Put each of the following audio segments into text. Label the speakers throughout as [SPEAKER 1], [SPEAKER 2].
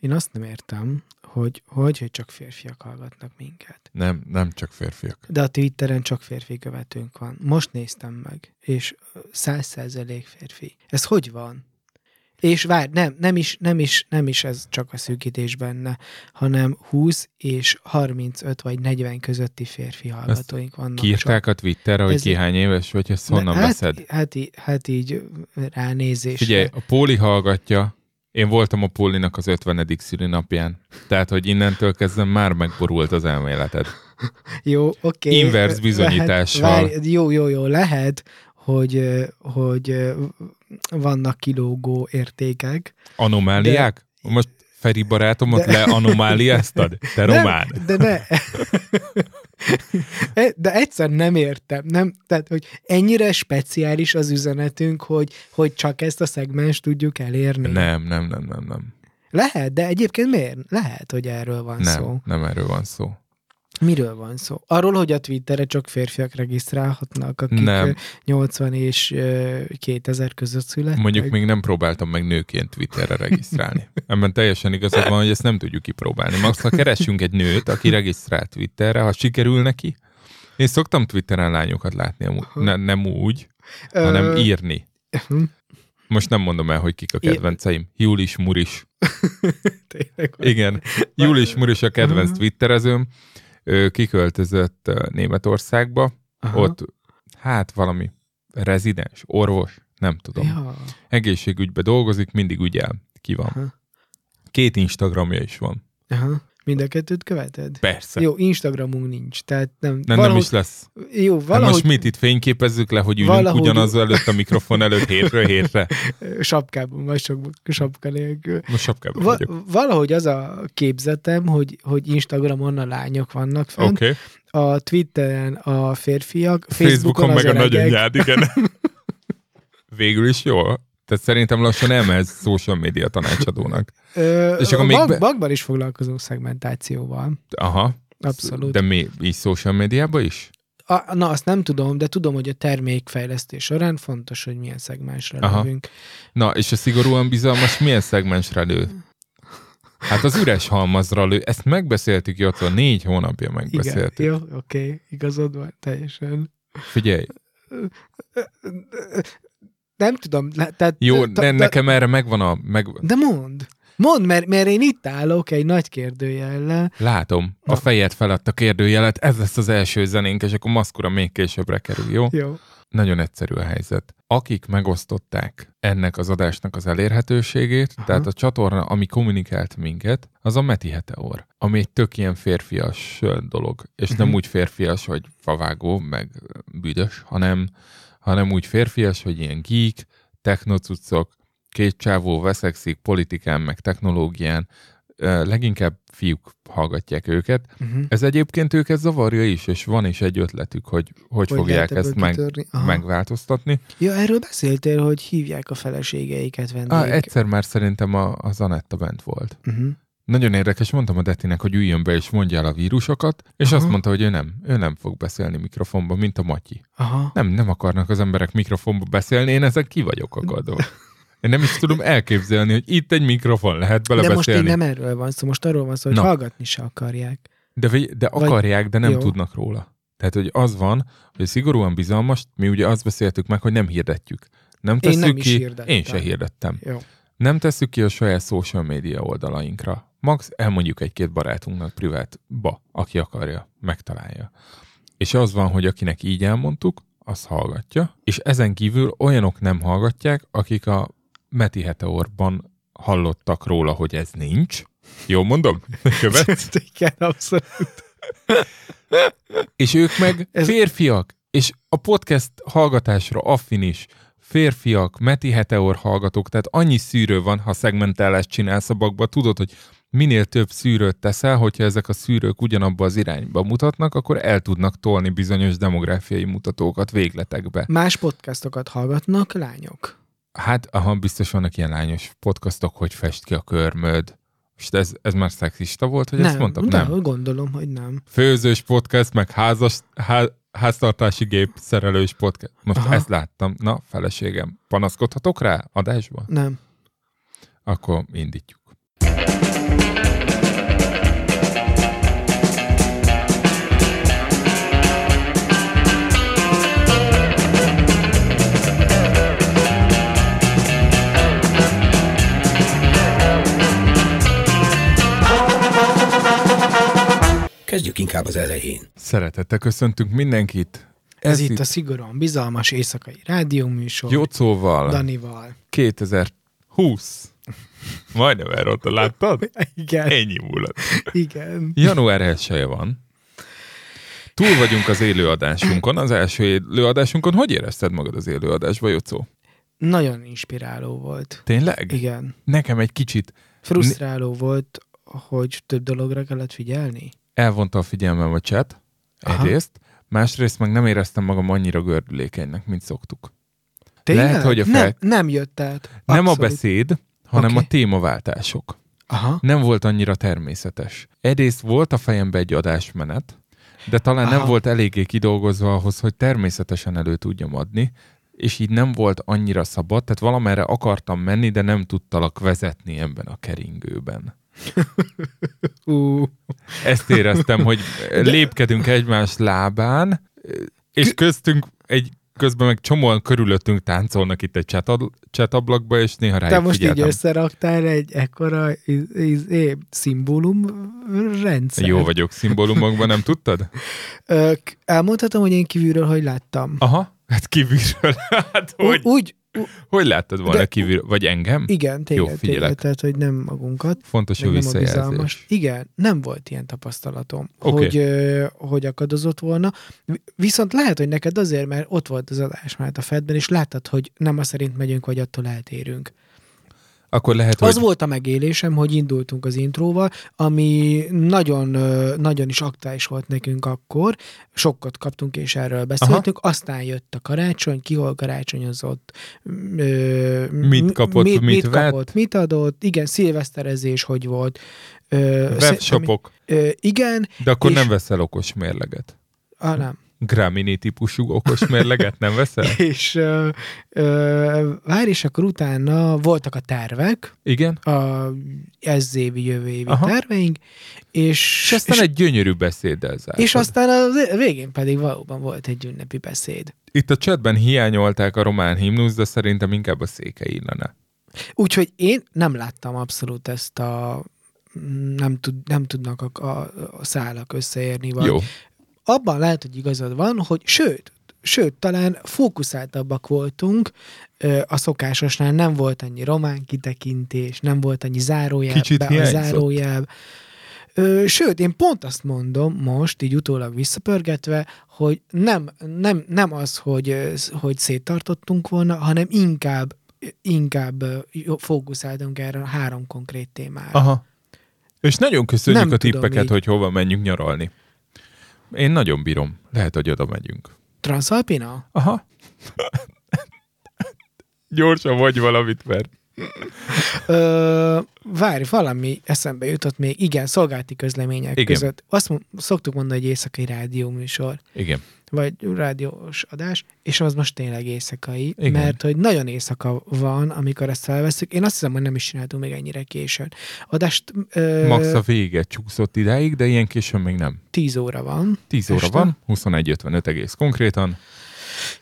[SPEAKER 1] Én azt nem értem, hogy hogy, hogy csak férfiak hallgatnak minket.
[SPEAKER 2] Nem, nem csak férfiak.
[SPEAKER 1] De a Twitteren csak férfi követőnk van. Most néztem meg, és száz százalék férfi. Ez hogy van? És vár, nem, nem is, nem is, nem is ez csak a szűkítés benne, hanem 20 és 35 vagy 40 közötti férfi hallgatóink Ezt vannak.
[SPEAKER 2] Kiírták a Twitterre, hogy ez... ki hány éves vagy, ezt honnan
[SPEAKER 1] hát,
[SPEAKER 2] veszed?
[SPEAKER 1] Hát, í- hát így ránézésre.
[SPEAKER 2] Figyelj, a Póli hallgatja, én voltam a Pólinak az 50. szülinapján, tehát, hogy innentől kezdve már megborult az elméleted.
[SPEAKER 1] jó, oké. Okay.
[SPEAKER 2] Inverz bizonyítással. Lehet,
[SPEAKER 1] várj, jó, jó, jó, lehet, hogy, hogy vannak kilógó értékek.
[SPEAKER 2] Anomáliák? De... Most Feri barátomat de... leanomáliáztad? Te
[SPEAKER 1] nem,
[SPEAKER 2] román.
[SPEAKER 1] De ne. E, De egyszer nem értem. Nem, tehát, hogy ennyire speciális az üzenetünk, hogy, hogy csak ezt a szegmens tudjuk elérni.
[SPEAKER 2] Nem, nem, nem, nem, nem.
[SPEAKER 1] Lehet, de egyébként miért? Lehet, hogy erről van
[SPEAKER 2] nem,
[SPEAKER 1] szó.
[SPEAKER 2] Nem, erről van szó.
[SPEAKER 1] Miről van szó? Arról, hogy a Twitterre csak férfiak regisztrálhatnak, akik nem. 80 és 2000 között születtek?
[SPEAKER 2] Mondjuk még nem próbáltam meg nőként Twitterre regisztrálni. Ebben teljesen igazad van, hogy ezt nem tudjuk kipróbálni. Max, ha keressünk egy nőt, aki regisztrál Twitterre, ha sikerül neki. Én szoktam Twitteren lányokat látni, amúgy, ne, nem úgy, hanem írni. Most nem mondom el, hogy kik a kedvenceim. Julis Muris.
[SPEAKER 1] Tényleg,
[SPEAKER 2] Igen. Julis Muris a kedvenc twitterezőm ő kiköltözött Németországba, Aha. ott hát valami rezidens, orvos, nem tudom. Ja. Egészségügybe dolgozik, mindig ügyel, ki van. Aha. Két Instagramja is van.
[SPEAKER 1] Aha. Mind a kettőt követed?
[SPEAKER 2] Persze.
[SPEAKER 1] Jó, Instagramunk nincs, tehát nem...
[SPEAKER 2] Nem, valahogy, nem is lesz.
[SPEAKER 1] Jó, valahogy... Hát
[SPEAKER 2] most mit itt fényképezzük le, hogy ülünk valahogy... ugyanaz előtt a mikrofon előtt hétről hétre?
[SPEAKER 1] sapkában, vagy sok sapka nélkül.
[SPEAKER 2] Most sapkában Va-
[SPEAKER 1] vagyok. Valahogy az a képzetem, hogy, hogy Instagramon a lányok vannak fent,
[SPEAKER 2] okay.
[SPEAKER 1] a Twitteren a férfiak,
[SPEAKER 2] Facebookon, Facebookon meg öregek. a nagyanyád, igen. Végül is jól. Tehát szerintem lassan elmehetsz social média tanácsadónak.
[SPEAKER 1] Ö, és akkor még mag, be... magban is foglalkozunk szegmentációval.
[SPEAKER 2] Aha.
[SPEAKER 1] Abszolút.
[SPEAKER 2] De mi, így social médiában is?
[SPEAKER 1] A, na, azt nem tudom, de tudom, hogy a termékfejlesztés során fontos, hogy milyen szegmensre Aha. lövünk.
[SPEAKER 2] Na, és a szigorúan bizalmas milyen szegmensre lő? Hát az üres halmazra lő. Ezt megbeszéltük, Jocó, négy hónapja megbeszéltük.
[SPEAKER 1] Igen, jó, oké, okay, igazad van, teljesen.
[SPEAKER 2] Figyelj,
[SPEAKER 1] nem tudom. Tehát,
[SPEAKER 2] Jó, ta, ta, nekem erre megvan a... Meg...
[SPEAKER 1] De mond, mond, mert, mert én itt állok egy nagy kérdőjellel.
[SPEAKER 2] Látom, Na. a fejed felett a kérdőjelet, ez lesz az első zenénk, és akkor maszkura még későbbre kerül, jó?
[SPEAKER 1] Jó.
[SPEAKER 2] Nagyon egyszerű a helyzet. Akik megosztották ennek az adásnak az elérhetőségét, Aha. tehát a csatorna, ami kommunikált minket, az a Meti Heteor, ami egy tök ilyen férfias dolog. És uh-huh. nem úgy férfias, hogy favágó, meg büdös, hanem hanem úgy férfias, hogy ilyen geek, technocucok, két csávó veszekszik politikán, meg technológián, leginkább fiúk hallgatják őket.
[SPEAKER 1] Mhm.
[SPEAKER 2] Uh-huh. Ez egyébként őket zavarja is, és van is egy ötletük, hogy hogy, hogy fogják ezt meg, megváltoztatni.
[SPEAKER 1] Ja, erről beszéltél, hogy hívják a feleségeiket vendégek. Mhm. Ah,
[SPEAKER 2] egyszer már szerintem a, az Anetta bent volt. Uh-huh. Nagyon érdekes, mondtam a Detinek, hogy üljön be és mondja el a vírusokat, és Aha. azt mondta, hogy ő nem, ő nem fog beszélni mikrofonba, mint a Matyi.
[SPEAKER 1] Aha.
[SPEAKER 2] Nem, nem akarnak az emberek mikrofonba beszélni, én ezek ki vagyok akadó. Én nem is tudom elképzelni, hogy itt egy mikrofon lehet belebeszélni.
[SPEAKER 1] De most én nem erről van szó, most arról van szó, hogy Na. hallgatni se akarják.
[SPEAKER 2] De, de akarják, Vagy... de nem jó. tudnak róla. Tehát, hogy az van, hogy szigorúan bizalmas, mi ugye azt beszéltük meg, hogy nem hirdetjük. Nem tesszük
[SPEAKER 1] én nem
[SPEAKER 2] ki,
[SPEAKER 1] hirdettem.
[SPEAKER 2] én se hirdettem.
[SPEAKER 1] Jó.
[SPEAKER 2] Nem tesszük ki a saját social média oldalainkra. Max elmondjuk egy-két barátunknak privátba, aki akarja, megtalálja. És az van, hogy akinek így elmondtuk, az hallgatja, és ezen kívül olyanok nem hallgatják, akik a Meti Heteorban hallottak róla, hogy ez nincs. Jó mondom? Követ?
[SPEAKER 1] Igen, abszolút.
[SPEAKER 2] és ők meg ez... férfiak, és a podcast hallgatásra affin is, férfiak, Meti Heteor hallgatók, tehát annyi szűrő van, ha szegmentálást csinálsz a bakba, tudod, hogy minél több szűrőt teszel, hogyha ezek a szűrők ugyanabba az irányba mutatnak, akkor el tudnak tolni bizonyos demográfiai mutatókat végletekbe.
[SPEAKER 1] Más podcastokat hallgatnak lányok?
[SPEAKER 2] Hát, aha, biztos vannak ilyen lányos podcastok, hogy fest ki a körmöd. És ez, ez már szexista volt, hogy
[SPEAKER 1] nem,
[SPEAKER 2] ezt mondtam?
[SPEAKER 1] Nem, nem, gondolom, hogy nem.
[SPEAKER 2] Főzős podcast, meg házas, ház, háztartási gép szerelős podcast. Most Aha. ezt láttam. Na, feleségem, panaszkodhatok rá adásban?
[SPEAKER 1] Nem.
[SPEAKER 2] Akkor indítjuk.
[SPEAKER 3] Kezdjük inkább az elején.
[SPEAKER 2] Szeretettel köszöntünk mindenkit.
[SPEAKER 1] Ez, itt, a szigorúan bizalmas éjszakai rádióműsor.
[SPEAKER 2] Jócóval
[SPEAKER 1] Danival.
[SPEAKER 2] 2020. Majdnem elrontott, láttad?
[SPEAKER 1] Igen,
[SPEAKER 2] Ennyi múlott.
[SPEAKER 1] igen.
[SPEAKER 2] Január 1 -e van. Túl vagyunk az élőadásunkon, az első élőadásunkon. Hogy érezted magad az élőadásba, Jocó?
[SPEAKER 1] Nagyon inspiráló volt.
[SPEAKER 2] Tényleg?
[SPEAKER 1] Igen.
[SPEAKER 2] Nekem egy kicsit
[SPEAKER 1] Frusztráló volt, hogy több dologra kellett figyelni.
[SPEAKER 2] elvonta a figyelmem a chat,
[SPEAKER 1] Aha.
[SPEAKER 2] egyrészt, másrészt meg nem éreztem magam annyira gördülékenynek, mint szoktuk.
[SPEAKER 1] Tényleg?
[SPEAKER 2] Lehet, hogy a
[SPEAKER 1] nem,
[SPEAKER 2] fel-
[SPEAKER 1] nem jött át.
[SPEAKER 2] Nem a
[SPEAKER 1] Abszolút.
[SPEAKER 2] beszéd, hanem
[SPEAKER 1] Oké.
[SPEAKER 2] a témaváltások.
[SPEAKER 1] Aha.
[SPEAKER 2] Nem volt annyira természetes. Egyrészt volt a fejembe egy adásmenet, de talán
[SPEAKER 1] Aha.
[SPEAKER 2] nem volt eléggé kidolgozva ahhoz, hogy természetesen elő tudjam adni, és így nem volt annyira szabad, tehát valamerre akartam menni, de nem tudtalak vezetni ebben a keringőben.
[SPEAKER 1] Ú,
[SPEAKER 2] Ezt éreztem, hogy lépkedünk egymás lábán, és köztünk egy közben meg csomóan körülöttünk táncolnak itt egy csetab- csetablakba, és néha
[SPEAKER 1] te
[SPEAKER 2] rájuk
[SPEAKER 1] most így
[SPEAKER 2] figyeltem.
[SPEAKER 1] összeraktál egy ekkora iz, iz, é, szimbólum rendszer.
[SPEAKER 2] Jó vagyok szimbólumokban, nem tudtad?
[SPEAKER 1] Ö, k- elmondhatom, hogy én kívülről hogy láttam.
[SPEAKER 2] Aha, hát kívülről. Hát
[SPEAKER 1] Úgy,
[SPEAKER 2] hogy,
[SPEAKER 1] úgy,
[SPEAKER 2] hogy láttad volna
[SPEAKER 1] De-
[SPEAKER 2] de... kívülről? Vagy engem?
[SPEAKER 1] igen, téged, Jó,
[SPEAKER 2] figyelek.
[SPEAKER 1] téged, tehát hogy nem magunkat.
[SPEAKER 2] Fontos a
[SPEAKER 1] Meg nem a bizalmas.
[SPEAKER 2] visszajelzés.
[SPEAKER 1] Igen, nem volt ilyen tapasztalatom, okay.
[SPEAKER 2] Oké.
[SPEAKER 1] hogy, ö, hogy akadozott volna. Vi- Viszont lehet, hogy neked azért, mert ott volt az adás már a Fedben, és láttad, hogy nem a szerint megyünk, vagy attól eltérünk.
[SPEAKER 2] Akkor lehet,
[SPEAKER 1] Az
[SPEAKER 2] hogy...
[SPEAKER 1] volt a megélésem, hogy indultunk az intróval, ami nagyon, ö, nagyon is aktuális volt nekünk akkor. Sokkot kaptunk, és erről beszéltünk. Aha. Aztán jött a karácsony, ki hol karácsonyozott. Ö,
[SPEAKER 2] Mit kapott,
[SPEAKER 1] mit,
[SPEAKER 2] mit
[SPEAKER 1] mit
[SPEAKER 2] vett?
[SPEAKER 1] kapott, mit adott. Igen, szilveszterezés hogy volt. Ö, szerintem-
[SPEAKER 2] Webshopok,
[SPEAKER 1] Ö, igen,
[SPEAKER 2] de akkor
[SPEAKER 1] és-
[SPEAKER 2] nem veszel okos mérleget.
[SPEAKER 1] ah, nem.
[SPEAKER 2] Gramini típusú okos mérleget nem veszel?
[SPEAKER 1] És ö, ö, várj, és akkor utána voltak a tervek,
[SPEAKER 2] Igen?
[SPEAKER 1] a ez évi, jövő évi
[SPEAKER 2] Aha.
[SPEAKER 1] terveink, és,
[SPEAKER 2] És aztán egy gyönyörű beszéddel zártad.
[SPEAKER 1] és aztán a végén pedig valóban volt egy ünnepi beszéd.
[SPEAKER 2] Itt a chatben hiányolták a román himnusz, de szerintem inkább a széke illene.
[SPEAKER 1] Úgyhogy én nem láttam abszolút ezt a nem, tud, nem tudnak a, a, a szálak összeérni, vagy
[SPEAKER 2] Jó.
[SPEAKER 1] abban lehet, hogy igazad van, hogy sőt, sőt, talán fókuszáltabbak voltunk, ö, a szokásosnál nem volt annyi román kitekintés, nem volt annyi zárójel,
[SPEAKER 2] Kicsit
[SPEAKER 1] be a
[SPEAKER 2] hiányzott.
[SPEAKER 1] zárójel. Ö, Sőt, én pont azt mondom most, így utólag visszapörgetve, hogy nem, nem, nem az, hogy, ö, sz- hogy széttartottunk volna, hanem inkább inkább ö, jó- fókuszáltunk erre a három konkrét témára.
[SPEAKER 2] Aha. És nagyon köszönjük
[SPEAKER 1] Nem
[SPEAKER 2] a
[SPEAKER 1] tudom
[SPEAKER 2] tippeket,
[SPEAKER 1] így.
[SPEAKER 2] hogy hova menjünk nyaralni. Én nagyon bírom. Lehet, hogy oda megyünk.
[SPEAKER 1] Transzalpina?
[SPEAKER 2] Aha. Gyorsan vagy valamit, mert
[SPEAKER 1] Ö, várj, valami eszembe jutott még. Igen, szolgálti közlemények
[SPEAKER 2] Igen.
[SPEAKER 1] igen. között. Azt mond, szoktuk mondani, hogy éjszakai rádióműsor,
[SPEAKER 2] igen.
[SPEAKER 1] vagy rádiós adás, és az most tényleg éjszakai,
[SPEAKER 2] Igen.
[SPEAKER 1] igen. mert hogy nagyon éjszaka van, amikor ezt felveszünk. Én azt hiszem, hogy nem is csináltunk még ennyire későn. Adást ö,
[SPEAKER 2] Max a vége csúszott idáig, de ilyen későn még nem.
[SPEAKER 1] 10 óra van.
[SPEAKER 2] 10 óra
[SPEAKER 1] Este?
[SPEAKER 2] van, 21.55 egész konkrétan,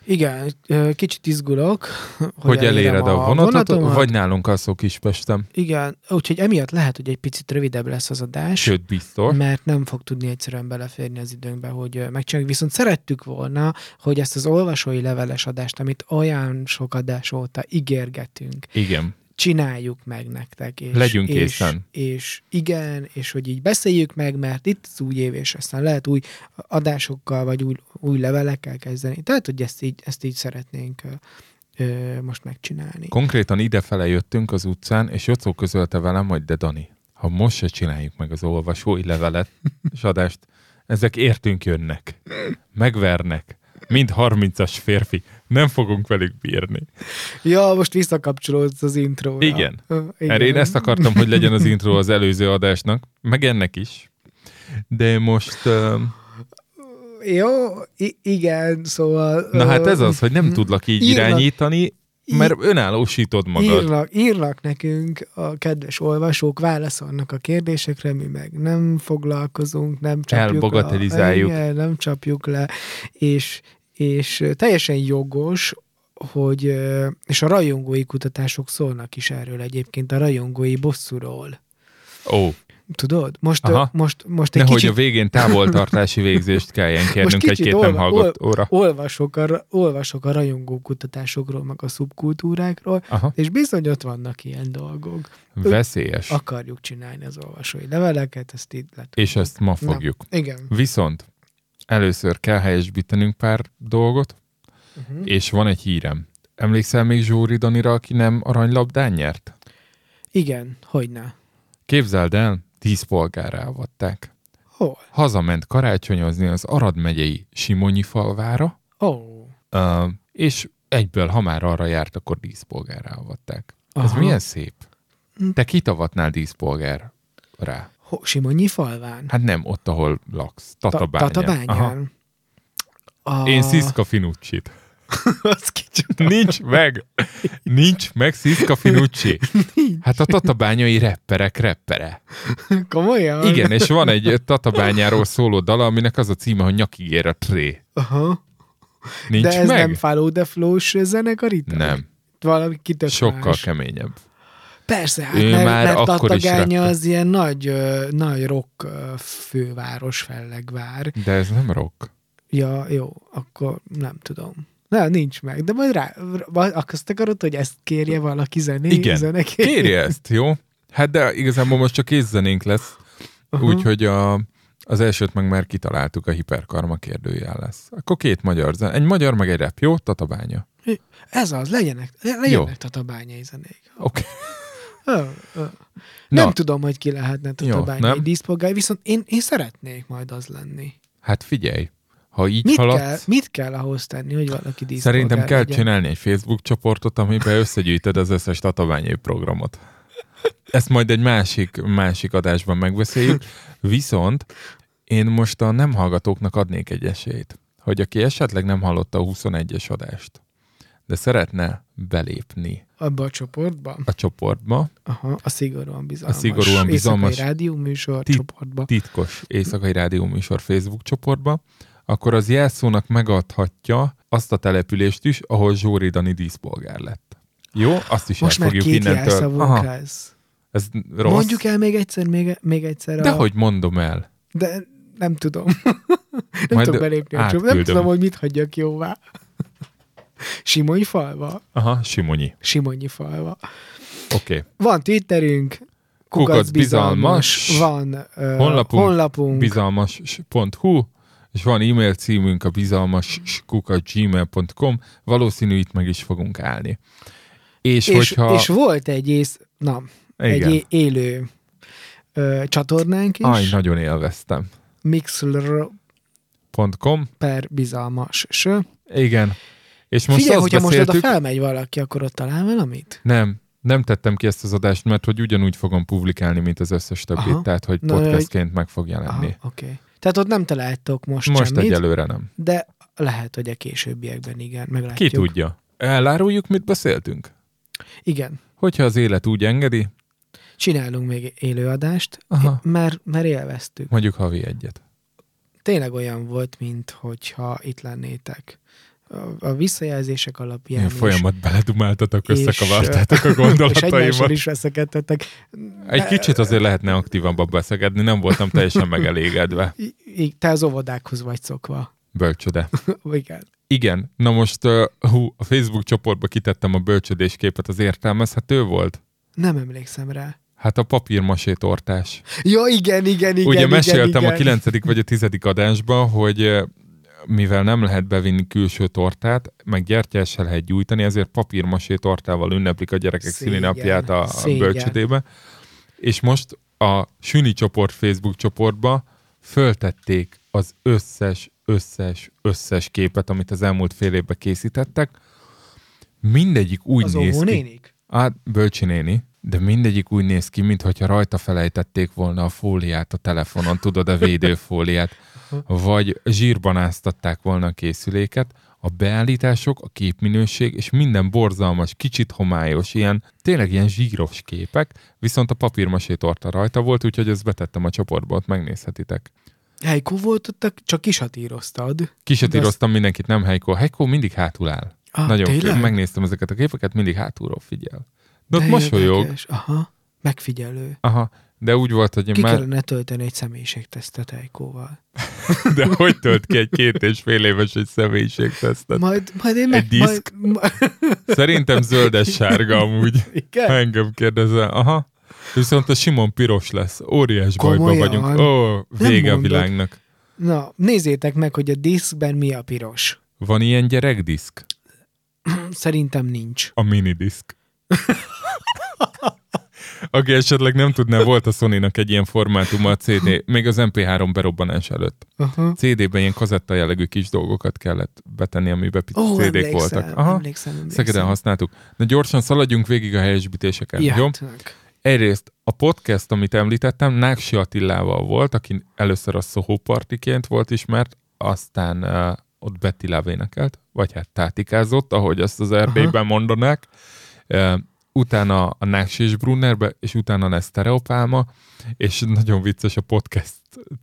[SPEAKER 1] Igen, ö, kicsit izgulok, hogy,
[SPEAKER 2] hogy, hogy
[SPEAKER 1] elérem
[SPEAKER 2] eléred a vonatot,
[SPEAKER 1] vonatomat.
[SPEAKER 2] vagy nálunk alszó Kispestem,
[SPEAKER 1] Igen, úgyhogy emiatt lehet, hogy egy picit rövidebb lesz az adás.
[SPEAKER 2] sőt biztos.
[SPEAKER 1] mert nem fog tudni egyszerűen beleférni az időnkbe, hogy ö, megcsináljuk. Viszont szerettük volna, hogy ezt az olvasói leveles adást, amit olyan sok adás óta ígérgetünk,
[SPEAKER 2] Igen,
[SPEAKER 1] csináljuk meg nektek. És,
[SPEAKER 2] Legyünk
[SPEAKER 1] és,
[SPEAKER 2] készen.
[SPEAKER 1] És igen, és hogy így beszéljük meg, mert itt az új év, és aztán lehet új adásokkal, vagy új, új levelekkel kezdeni. Tehát, hogy ezt így, ezt így szeretnénk ö, ö, most megcsinálni.
[SPEAKER 2] konkrétan idefele jöttünk az utcán, és Jocó közölte velem, hogy de Dani, ha most se csináljuk meg az olvasói levelet és adást, ezek értünk jönnek, megvernek, mind 30-as férfi, nem fogunk velük bírni.
[SPEAKER 1] Ja, most visszakapcsolódsz az intróra.
[SPEAKER 2] Igen.
[SPEAKER 1] Ö,
[SPEAKER 2] Mert én ezt akartam, hogy legyen az intro az előző adásnak, meg ennek is. De most... Uh,
[SPEAKER 1] Jó, i- igen, szóval...
[SPEAKER 2] Na
[SPEAKER 1] ö,
[SPEAKER 2] hát ez az, hogy nem tudlak így
[SPEAKER 1] írnak-
[SPEAKER 2] irányítani, mert önállósítod magad.
[SPEAKER 1] Írnak, írnak nekünk a kedves olvasók, válaszolnak a kérdésekre, mi meg nem foglalkozunk, nem csapjuk
[SPEAKER 2] Elbagatelizáljuk.
[SPEAKER 1] le. Igen, nem csapjuk le, és, és teljesen jogos, hogy, ö, és a rajongói kutatások szólnak is erről egyébként, a rajongói bosszúról.
[SPEAKER 2] Ó,
[SPEAKER 1] Tudod? Most,
[SPEAKER 2] Aha.
[SPEAKER 1] most, most egy
[SPEAKER 2] nehogy
[SPEAKER 1] kicsit
[SPEAKER 2] a végén távoltartási végzést kelljen kérnünk
[SPEAKER 1] kicsit
[SPEAKER 2] egy-két nem
[SPEAKER 1] olva-
[SPEAKER 2] hallgott óra.
[SPEAKER 1] olvasok, a, olvasok a rajongó kutatásokról, meg a szubkultúrákról,
[SPEAKER 2] Aha,
[SPEAKER 1] és bizony ott vannak ilyen dolgok.
[SPEAKER 2] veszélyes.
[SPEAKER 1] Akarjuk csinálni az olvasói leveleket, ezt így lett.
[SPEAKER 2] És ezt ma fogjuk.
[SPEAKER 1] Igen.
[SPEAKER 2] Viszont először kell helyesbítenünk pár dolgot,
[SPEAKER 1] Uh-huh.
[SPEAKER 2] és van egy hírem. Emlékszel még Zsóri Danira, aki nem aranylabdán nyert?
[SPEAKER 1] Igen, hogyne.
[SPEAKER 2] Képzeld el, tíz polgára elvatták.
[SPEAKER 1] Hol?
[SPEAKER 2] Hazament karácsonyozni az Arad megyei Simonyi falvára,
[SPEAKER 1] Ó, oh,
[SPEAKER 2] ö, és egyből, ha már arra járt, akkor díszpolgára elvatták. Ez
[SPEAKER 1] Aha.
[SPEAKER 2] milyen szép.
[SPEAKER 1] Hm.
[SPEAKER 2] Te kitavatnál díszpolgár rá?
[SPEAKER 1] ho, Simonyi falván.
[SPEAKER 2] Hát nem ott, ahol laksz.
[SPEAKER 1] Ta-
[SPEAKER 2] Tatabányán. Aha.
[SPEAKER 1] Tatabányán. A...
[SPEAKER 2] Én Sziszka Finucsit.
[SPEAKER 1] Az kicsit
[SPEAKER 2] Nincs meg! Nincs meg Sziszka Finucci. Hát a tatabányai repperek reppere.
[SPEAKER 1] komolyan.
[SPEAKER 2] Igen, és van egy tatabányáról szóló dala, aminek az a címe, hogy nyakig ér a tré.
[SPEAKER 1] Aha.
[SPEAKER 2] Nincs
[SPEAKER 1] De ez
[SPEAKER 2] meg?
[SPEAKER 1] nem Follow the Flow-s zenekar itt?
[SPEAKER 2] nem.
[SPEAKER 1] Valami kitök
[SPEAKER 2] Sokkal
[SPEAKER 1] más.
[SPEAKER 2] keményebb.
[SPEAKER 1] Persze, hát
[SPEAKER 2] Ő
[SPEAKER 1] mert,
[SPEAKER 2] már
[SPEAKER 1] mert
[SPEAKER 2] akkor is
[SPEAKER 1] Tatabánya
[SPEAKER 2] rette.
[SPEAKER 1] az ilyen nagy, ö, nagy rock ö, főváros fellegvár.
[SPEAKER 2] De ez nem rock.
[SPEAKER 1] Ja, jó, akkor nem tudom. Nem, nincs meg, de majd rá, vagy azt akarod, hogy ezt kérje valaki zené,
[SPEAKER 2] Igen.
[SPEAKER 1] zeneként?
[SPEAKER 2] Kérje ezt, jó? Hát de igazából most csak kézzenénk lesz,
[SPEAKER 1] Aha.
[SPEAKER 2] úgyhogy a, az elsőt meg már kitaláltuk, a hiperkarma kérdőjel lesz. Akkor két magyar zen, egy magyar meg egy rep, jó? Tatabánya.
[SPEAKER 1] Ez az, legyenek, le- legyenek jó. tatabányai zenék.
[SPEAKER 2] Oké.
[SPEAKER 1] Ö, ö.
[SPEAKER 2] Na.
[SPEAKER 1] Nem tudom, hogy ki lehetne tatabányai
[SPEAKER 2] nem?
[SPEAKER 1] díszpolgári, viszont én, én szeretnék majd az lenni.
[SPEAKER 2] Hát figyelj, ha így
[SPEAKER 1] Mit
[SPEAKER 2] haladsz...
[SPEAKER 1] kell, mit kell ahhoz tenni, hogy valaki díszpolgár
[SPEAKER 2] Szerintem kell
[SPEAKER 1] legyen?
[SPEAKER 2] csinálni egy Facebook csoportot, amiben összegyűjted az összes tatabányai programot. Ezt majd egy másik, másik adásban megbeszéljük. Viszont én most a nem hallgatóknak adnék egy esélyt, hogy aki esetleg nem hallotta a 21-es adást, de szeretne belépni
[SPEAKER 1] Abba a csoportban?
[SPEAKER 2] a csoportba,
[SPEAKER 1] Aha, a szigorúan bizalmas.
[SPEAKER 2] szigorúan bizalmas
[SPEAKER 1] Éjszakai rádióműsor
[SPEAKER 2] ti-
[SPEAKER 1] csoportba.
[SPEAKER 2] titkos éjszakai rádió műsor Facebook csoportba, akkor az jelszónak megadhatja azt a települést is, ahol Zsóri Dani díszpolgár lett. Jó, azt is
[SPEAKER 1] Most
[SPEAKER 2] el
[SPEAKER 1] már
[SPEAKER 2] fogjuk
[SPEAKER 1] két
[SPEAKER 2] innentől.
[SPEAKER 1] jelszavunk lesz.
[SPEAKER 2] ez rossz.
[SPEAKER 1] Mondjuk el még egyszer, még, még egyszer.
[SPEAKER 2] De
[SPEAKER 1] a...
[SPEAKER 2] hogy mondom el?
[SPEAKER 1] De nem tudom. nem
[SPEAKER 2] Majd
[SPEAKER 1] tudom belépni a csoportba. Nem
[SPEAKER 2] átküldöm. tudom,
[SPEAKER 1] tudom, hogy mit hagyjak jóvá. Simonyi falva.
[SPEAKER 2] Aha, Simonyi.
[SPEAKER 1] Simonyi falva.
[SPEAKER 2] Oké. Okay.
[SPEAKER 1] Van Twitterünk,
[SPEAKER 2] Kukac
[SPEAKER 1] Kukac
[SPEAKER 2] bizalmas.
[SPEAKER 1] bizalmas, van ö,
[SPEAKER 2] Honlapunk,
[SPEAKER 1] honlapunk
[SPEAKER 2] Bizalmas.hu és van e-mail címünk a bizalmas.gmail.com Valószínű itt meg is fogunk állni. És,
[SPEAKER 1] és,
[SPEAKER 2] hogyha...
[SPEAKER 1] és volt egy ész, na,
[SPEAKER 2] igen.
[SPEAKER 1] egy é- élő ö, csatornánk is,
[SPEAKER 2] Aj, nagyon élveztem.
[SPEAKER 1] Mixlr
[SPEAKER 2] .com
[SPEAKER 1] per bizalmas s.
[SPEAKER 2] Igen. És most
[SPEAKER 1] Most Figyelj,
[SPEAKER 2] azt
[SPEAKER 1] hogyha most
[SPEAKER 2] beszéltük...
[SPEAKER 1] oda felmegy valaki, akkor ott talál valamit?
[SPEAKER 2] Nem, nem tettem ki ezt az adást, mert hogy ugyanúgy fogom publikálni, mint az összes többit,
[SPEAKER 1] Aha.
[SPEAKER 2] tehát hogy
[SPEAKER 1] Na,
[SPEAKER 2] podcastként meg fog
[SPEAKER 1] Aha,
[SPEAKER 2] jelenni.
[SPEAKER 1] oké. Okay. Tehát ott nem találtok most,
[SPEAKER 2] Most
[SPEAKER 1] semmit,
[SPEAKER 2] egyelőre nem.
[SPEAKER 1] de lehet, hogy a későbbiekben igen,
[SPEAKER 2] Ki
[SPEAKER 1] meglátjuk.
[SPEAKER 2] tudja. Eláruljuk, mit beszéltünk?
[SPEAKER 1] Igen,
[SPEAKER 2] Hogyha az élet úgy engedi,
[SPEAKER 1] csinálunk még élőadást,
[SPEAKER 2] Aha.
[SPEAKER 1] mert, mert élveztük.
[SPEAKER 2] mondjuk havi egyet.
[SPEAKER 1] Tényleg olyan volt, mint hogyha itt lennétek. A- A visszajelzések alapján
[SPEAKER 2] Ilyen
[SPEAKER 1] is,
[SPEAKER 2] folyamat beledumáltatok,
[SPEAKER 1] és,
[SPEAKER 2] összekavartátok
[SPEAKER 1] és
[SPEAKER 2] a
[SPEAKER 1] egymással
[SPEAKER 2] gondolataimat.
[SPEAKER 1] is veszekedtetek.
[SPEAKER 2] Egy kicsit azért lehetne aktívabban beszélgetni, nem voltam teljesen megelégedve.
[SPEAKER 1] I- i- Te az óvodákhoz vagy szokva.
[SPEAKER 2] Bölcsöde.
[SPEAKER 1] igen.
[SPEAKER 2] Igen, na most uh, hú, a Facebook csoportba kitettem a bölcsödés képet, az értelmezhető volt?
[SPEAKER 1] Nem emlékszem rá.
[SPEAKER 2] Hát a papírmasé tortás.
[SPEAKER 1] Ja, igen, igen, igen.
[SPEAKER 2] Ugye
[SPEAKER 1] igen,
[SPEAKER 2] meséltem
[SPEAKER 1] igen.
[SPEAKER 2] a 9. vagy a 10. adásban, hogy eh, mivel nem lehet bevinni külső tortát, meg gyertyással lehet gyújtani, ezért papírmasé tortával ünneplik a gyerekek
[SPEAKER 1] Szégyen.
[SPEAKER 2] szülinapját a, a
[SPEAKER 1] Szégyen.
[SPEAKER 2] bölcsödébe. És most a Süni csoport Facebook csoportba föltették az összes, összes, összes képet, amit az elmúlt fél évben készítettek. Mindegyik úgy
[SPEAKER 1] Az
[SPEAKER 2] néz ki.
[SPEAKER 1] óvónénik?
[SPEAKER 2] Hát, Bölcsi néni, de mindegyik úgy néz ki, mintha rajta felejtették volna a fóliát a telefonon, tudod, a védőfóliát, vagy zsírban áztatták volna a készüléket, a beállítások, a képminőség, és minden borzalmas, kicsit homályos, ilyen, tényleg ilyen zsíros képek, viszont a papírmasé torta rajta volt, úgyhogy ezt betettem a csoportba, ott megnézhetitek.
[SPEAKER 1] Heiko volt ott, ak- csak kisatíroztad.
[SPEAKER 2] Kiset
[SPEAKER 1] De azt-
[SPEAKER 2] íroztam mindenkit, nem Heiko. Heiko mindig hátul áll.
[SPEAKER 1] Ah,
[SPEAKER 2] Nagyon
[SPEAKER 1] tényleg?
[SPEAKER 2] tényleg? megnéztem ezeket a képeket, mindig hátulról figyel. De ott
[SPEAKER 1] De
[SPEAKER 2] mosolyog,
[SPEAKER 1] érdekes. Aha, megfigyelő.
[SPEAKER 2] Aha, De úgy volt, hogy én
[SPEAKER 1] Ki
[SPEAKER 2] már...
[SPEAKER 1] kellene tölteni egy személyiségtesztet Eikóval.
[SPEAKER 2] De hogy tölt ki egy két és fél éves egy személyiségtesztet?
[SPEAKER 1] Majd, majd én meg...
[SPEAKER 2] Egy diszk?
[SPEAKER 1] Majd, ma-
[SPEAKER 2] Szerintem zöldes-sárga amúgy. Ha
[SPEAKER 1] igen?
[SPEAKER 2] engem kérdezel, aha. Viszont a Simon piros lesz. Óriás bajban
[SPEAKER 1] Komolyan?
[SPEAKER 2] vagyunk. Ó, vége a
[SPEAKER 1] mondod.
[SPEAKER 2] világnak.
[SPEAKER 1] Na, nézzétek meg, hogy a diszkben mi a piros.
[SPEAKER 2] Van ilyen gyerekdiszk?
[SPEAKER 1] Szerintem nincs.
[SPEAKER 2] A minidiszk. Aki esetleg nem tudná, volt a sony egy ilyen formátuma a CD, még az MP3 berobbanás előtt.
[SPEAKER 1] Aha.
[SPEAKER 2] CD-ben ilyen kazetta jellegű kis dolgokat kellett betenni, amiben pici
[SPEAKER 1] Ó,
[SPEAKER 2] CD-k
[SPEAKER 1] emlékszem,
[SPEAKER 2] voltak.
[SPEAKER 1] Aha. emlékszem, emlékszem.
[SPEAKER 2] Szegeden használtuk. Na gyorsan szaladjunk végig a helyesbítéseken. Jó?
[SPEAKER 1] Jöhetnek.
[SPEAKER 2] Egyrészt a podcast, amit említettem, Náksi Attilával volt, aki először a Soho Partiként volt ismert, aztán uh, ott Betty Love énekelt, vagy hát tátikázott, ahogy azt az Erdélyben mondanák. Uh, utána a Náksi és Brunnerbe, és utána lesz Stereopálma, és nagyon vicces a podcast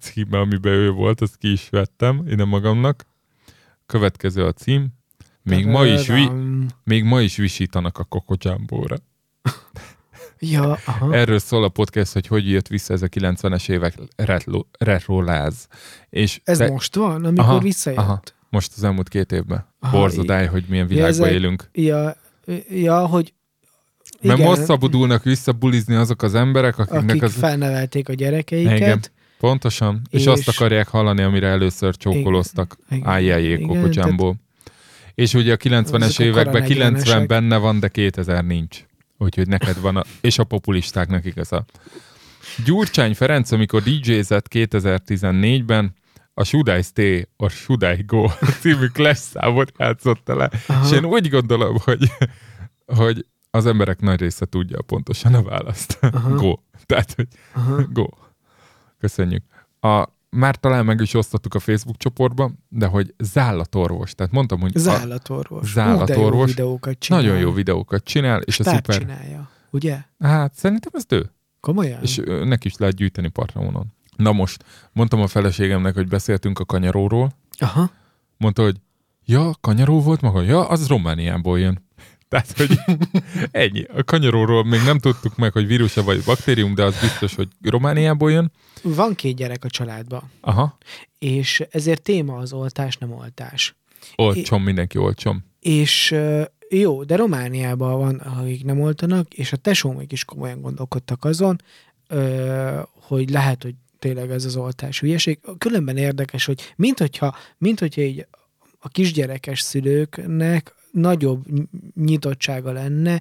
[SPEAKER 2] címe, amiben ő volt, azt ki is vettem ide magamnak. Következő a cím. Még ma is, vi-
[SPEAKER 1] Tadadam.
[SPEAKER 2] még ma is visítanak a kokodzsambóra.
[SPEAKER 1] Ja, aha.
[SPEAKER 2] Erről szól a podcast, hogy hogy jött vissza ez a 90-es évek retro, retroláz. És
[SPEAKER 1] Ez
[SPEAKER 2] te-
[SPEAKER 1] most van, amikor
[SPEAKER 2] Aha,
[SPEAKER 1] visszajött?
[SPEAKER 2] aha. most az elmúlt két évben.
[SPEAKER 1] Aha,
[SPEAKER 2] Borzodály, hogy milyen világban
[SPEAKER 1] ezek-
[SPEAKER 2] élünk.
[SPEAKER 1] Ja, ja, hogy
[SPEAKER 2] Mert
[SPEAKER 1] igen,
[SPEAKER 2] most szabadulnak vissza bulizni azok az emberek, akiknek
[SPEAKER 1] akik
[SPEAKER 2] az...
[SPEAKER 1] az... felnevelték a gyerekeiket.
[SPEAKER 2] Igen. Pontosan. És, és
[SPEAKER 1] És-
[SPEAKER 2] azt akarják hallani, amire először csókoloztak.
[SPEAKER 1] Igen.
[SPEAKER 2] Álljál
[SPEAKER 1] Igen,
[SPEAKER 2] kokocsambó. És ugye a 90-es
[SPEAKER 1] Ezek a
[SPEAKER 2] években
[SPEAKER 1] kora
[SPEAKER 2] 90
[SPEAKER 1] 40-esek.
[SPEAKER 2] benne van, de 2000 nincs. Úgyhogy neked van, a, és a populistáknak igaza. Gyurcsány Ferenc, amikor DJ-zett 2014-ben, a Should I Stay or Should I Go című Clash számot játszott le.
[SPEAKER 1] Aha.
[SPEAKER 2] És én úgy gondolom, hogy, hogy az emberek nagy része tudja pontosan a választ.
[SPEAKER 1] Aha.
[SPEAKER 2] Go. Tehát, hogy
[SPEAKER 1] Aha.
[SPEAKER 2] Go. Köszönjük. A, már talán meg is osztottuk a Facebook csoportba, de hogy zállatorvos. Tehát mondtam, hogy a,
[SPEAKER 1] Zállatorvos. Ú, de jó
[SPEAKER 2] Zállatorvos.
[SPEAKER 1] videókat csinál.
[SPEAKER 2] nagyon jó videókat csinál, és a
[SPEAKER 1] Stár
[SPEAKER 2] szuper...
[SPEAKER 1] csinálja, ugye?
[SPEAKER 2] Hát szerintem ez ő.
[SPEAKER 1] Hm. Komolyan?
[SPEAKER 2] És ö, neki is lehet gyűjteni Patreonon. Na most, mondtam a feleségemnek, hogy beszéltünk a kanyaróról.
[SPEAKER 1] Aha.
[SPEAKER 2] Mondta, hogy ja, kanyaró volt maga? Ja, az Romániából jön. Tehát, hogy ennyi. A kanyaróról még nem tudtuk meg, hogy vírusa vagy baktérium, de az biztos, hogy Romániából jön.
[SPEAKER 1] Van két gyerek a családban,
[SPEAKER 2] Aha,
[SPEAKER 1] és ezért téma az oltás, nem oltás.
[SPEAKER 2] olcsom, mindenki olcsom.
[SPEAKER 1] És ö, jó, de Romániában van, akik nem oltanak, és a tesómék is komolyan gondolkodtak azon, ö, hogy lehet, hogy tényleg ez az oltás hülyeség. Különben érdekes, hogy mint hogyha, mint hogyha így a kisgyerekes szülőknek nagyobb ny- nyitottsága lenne,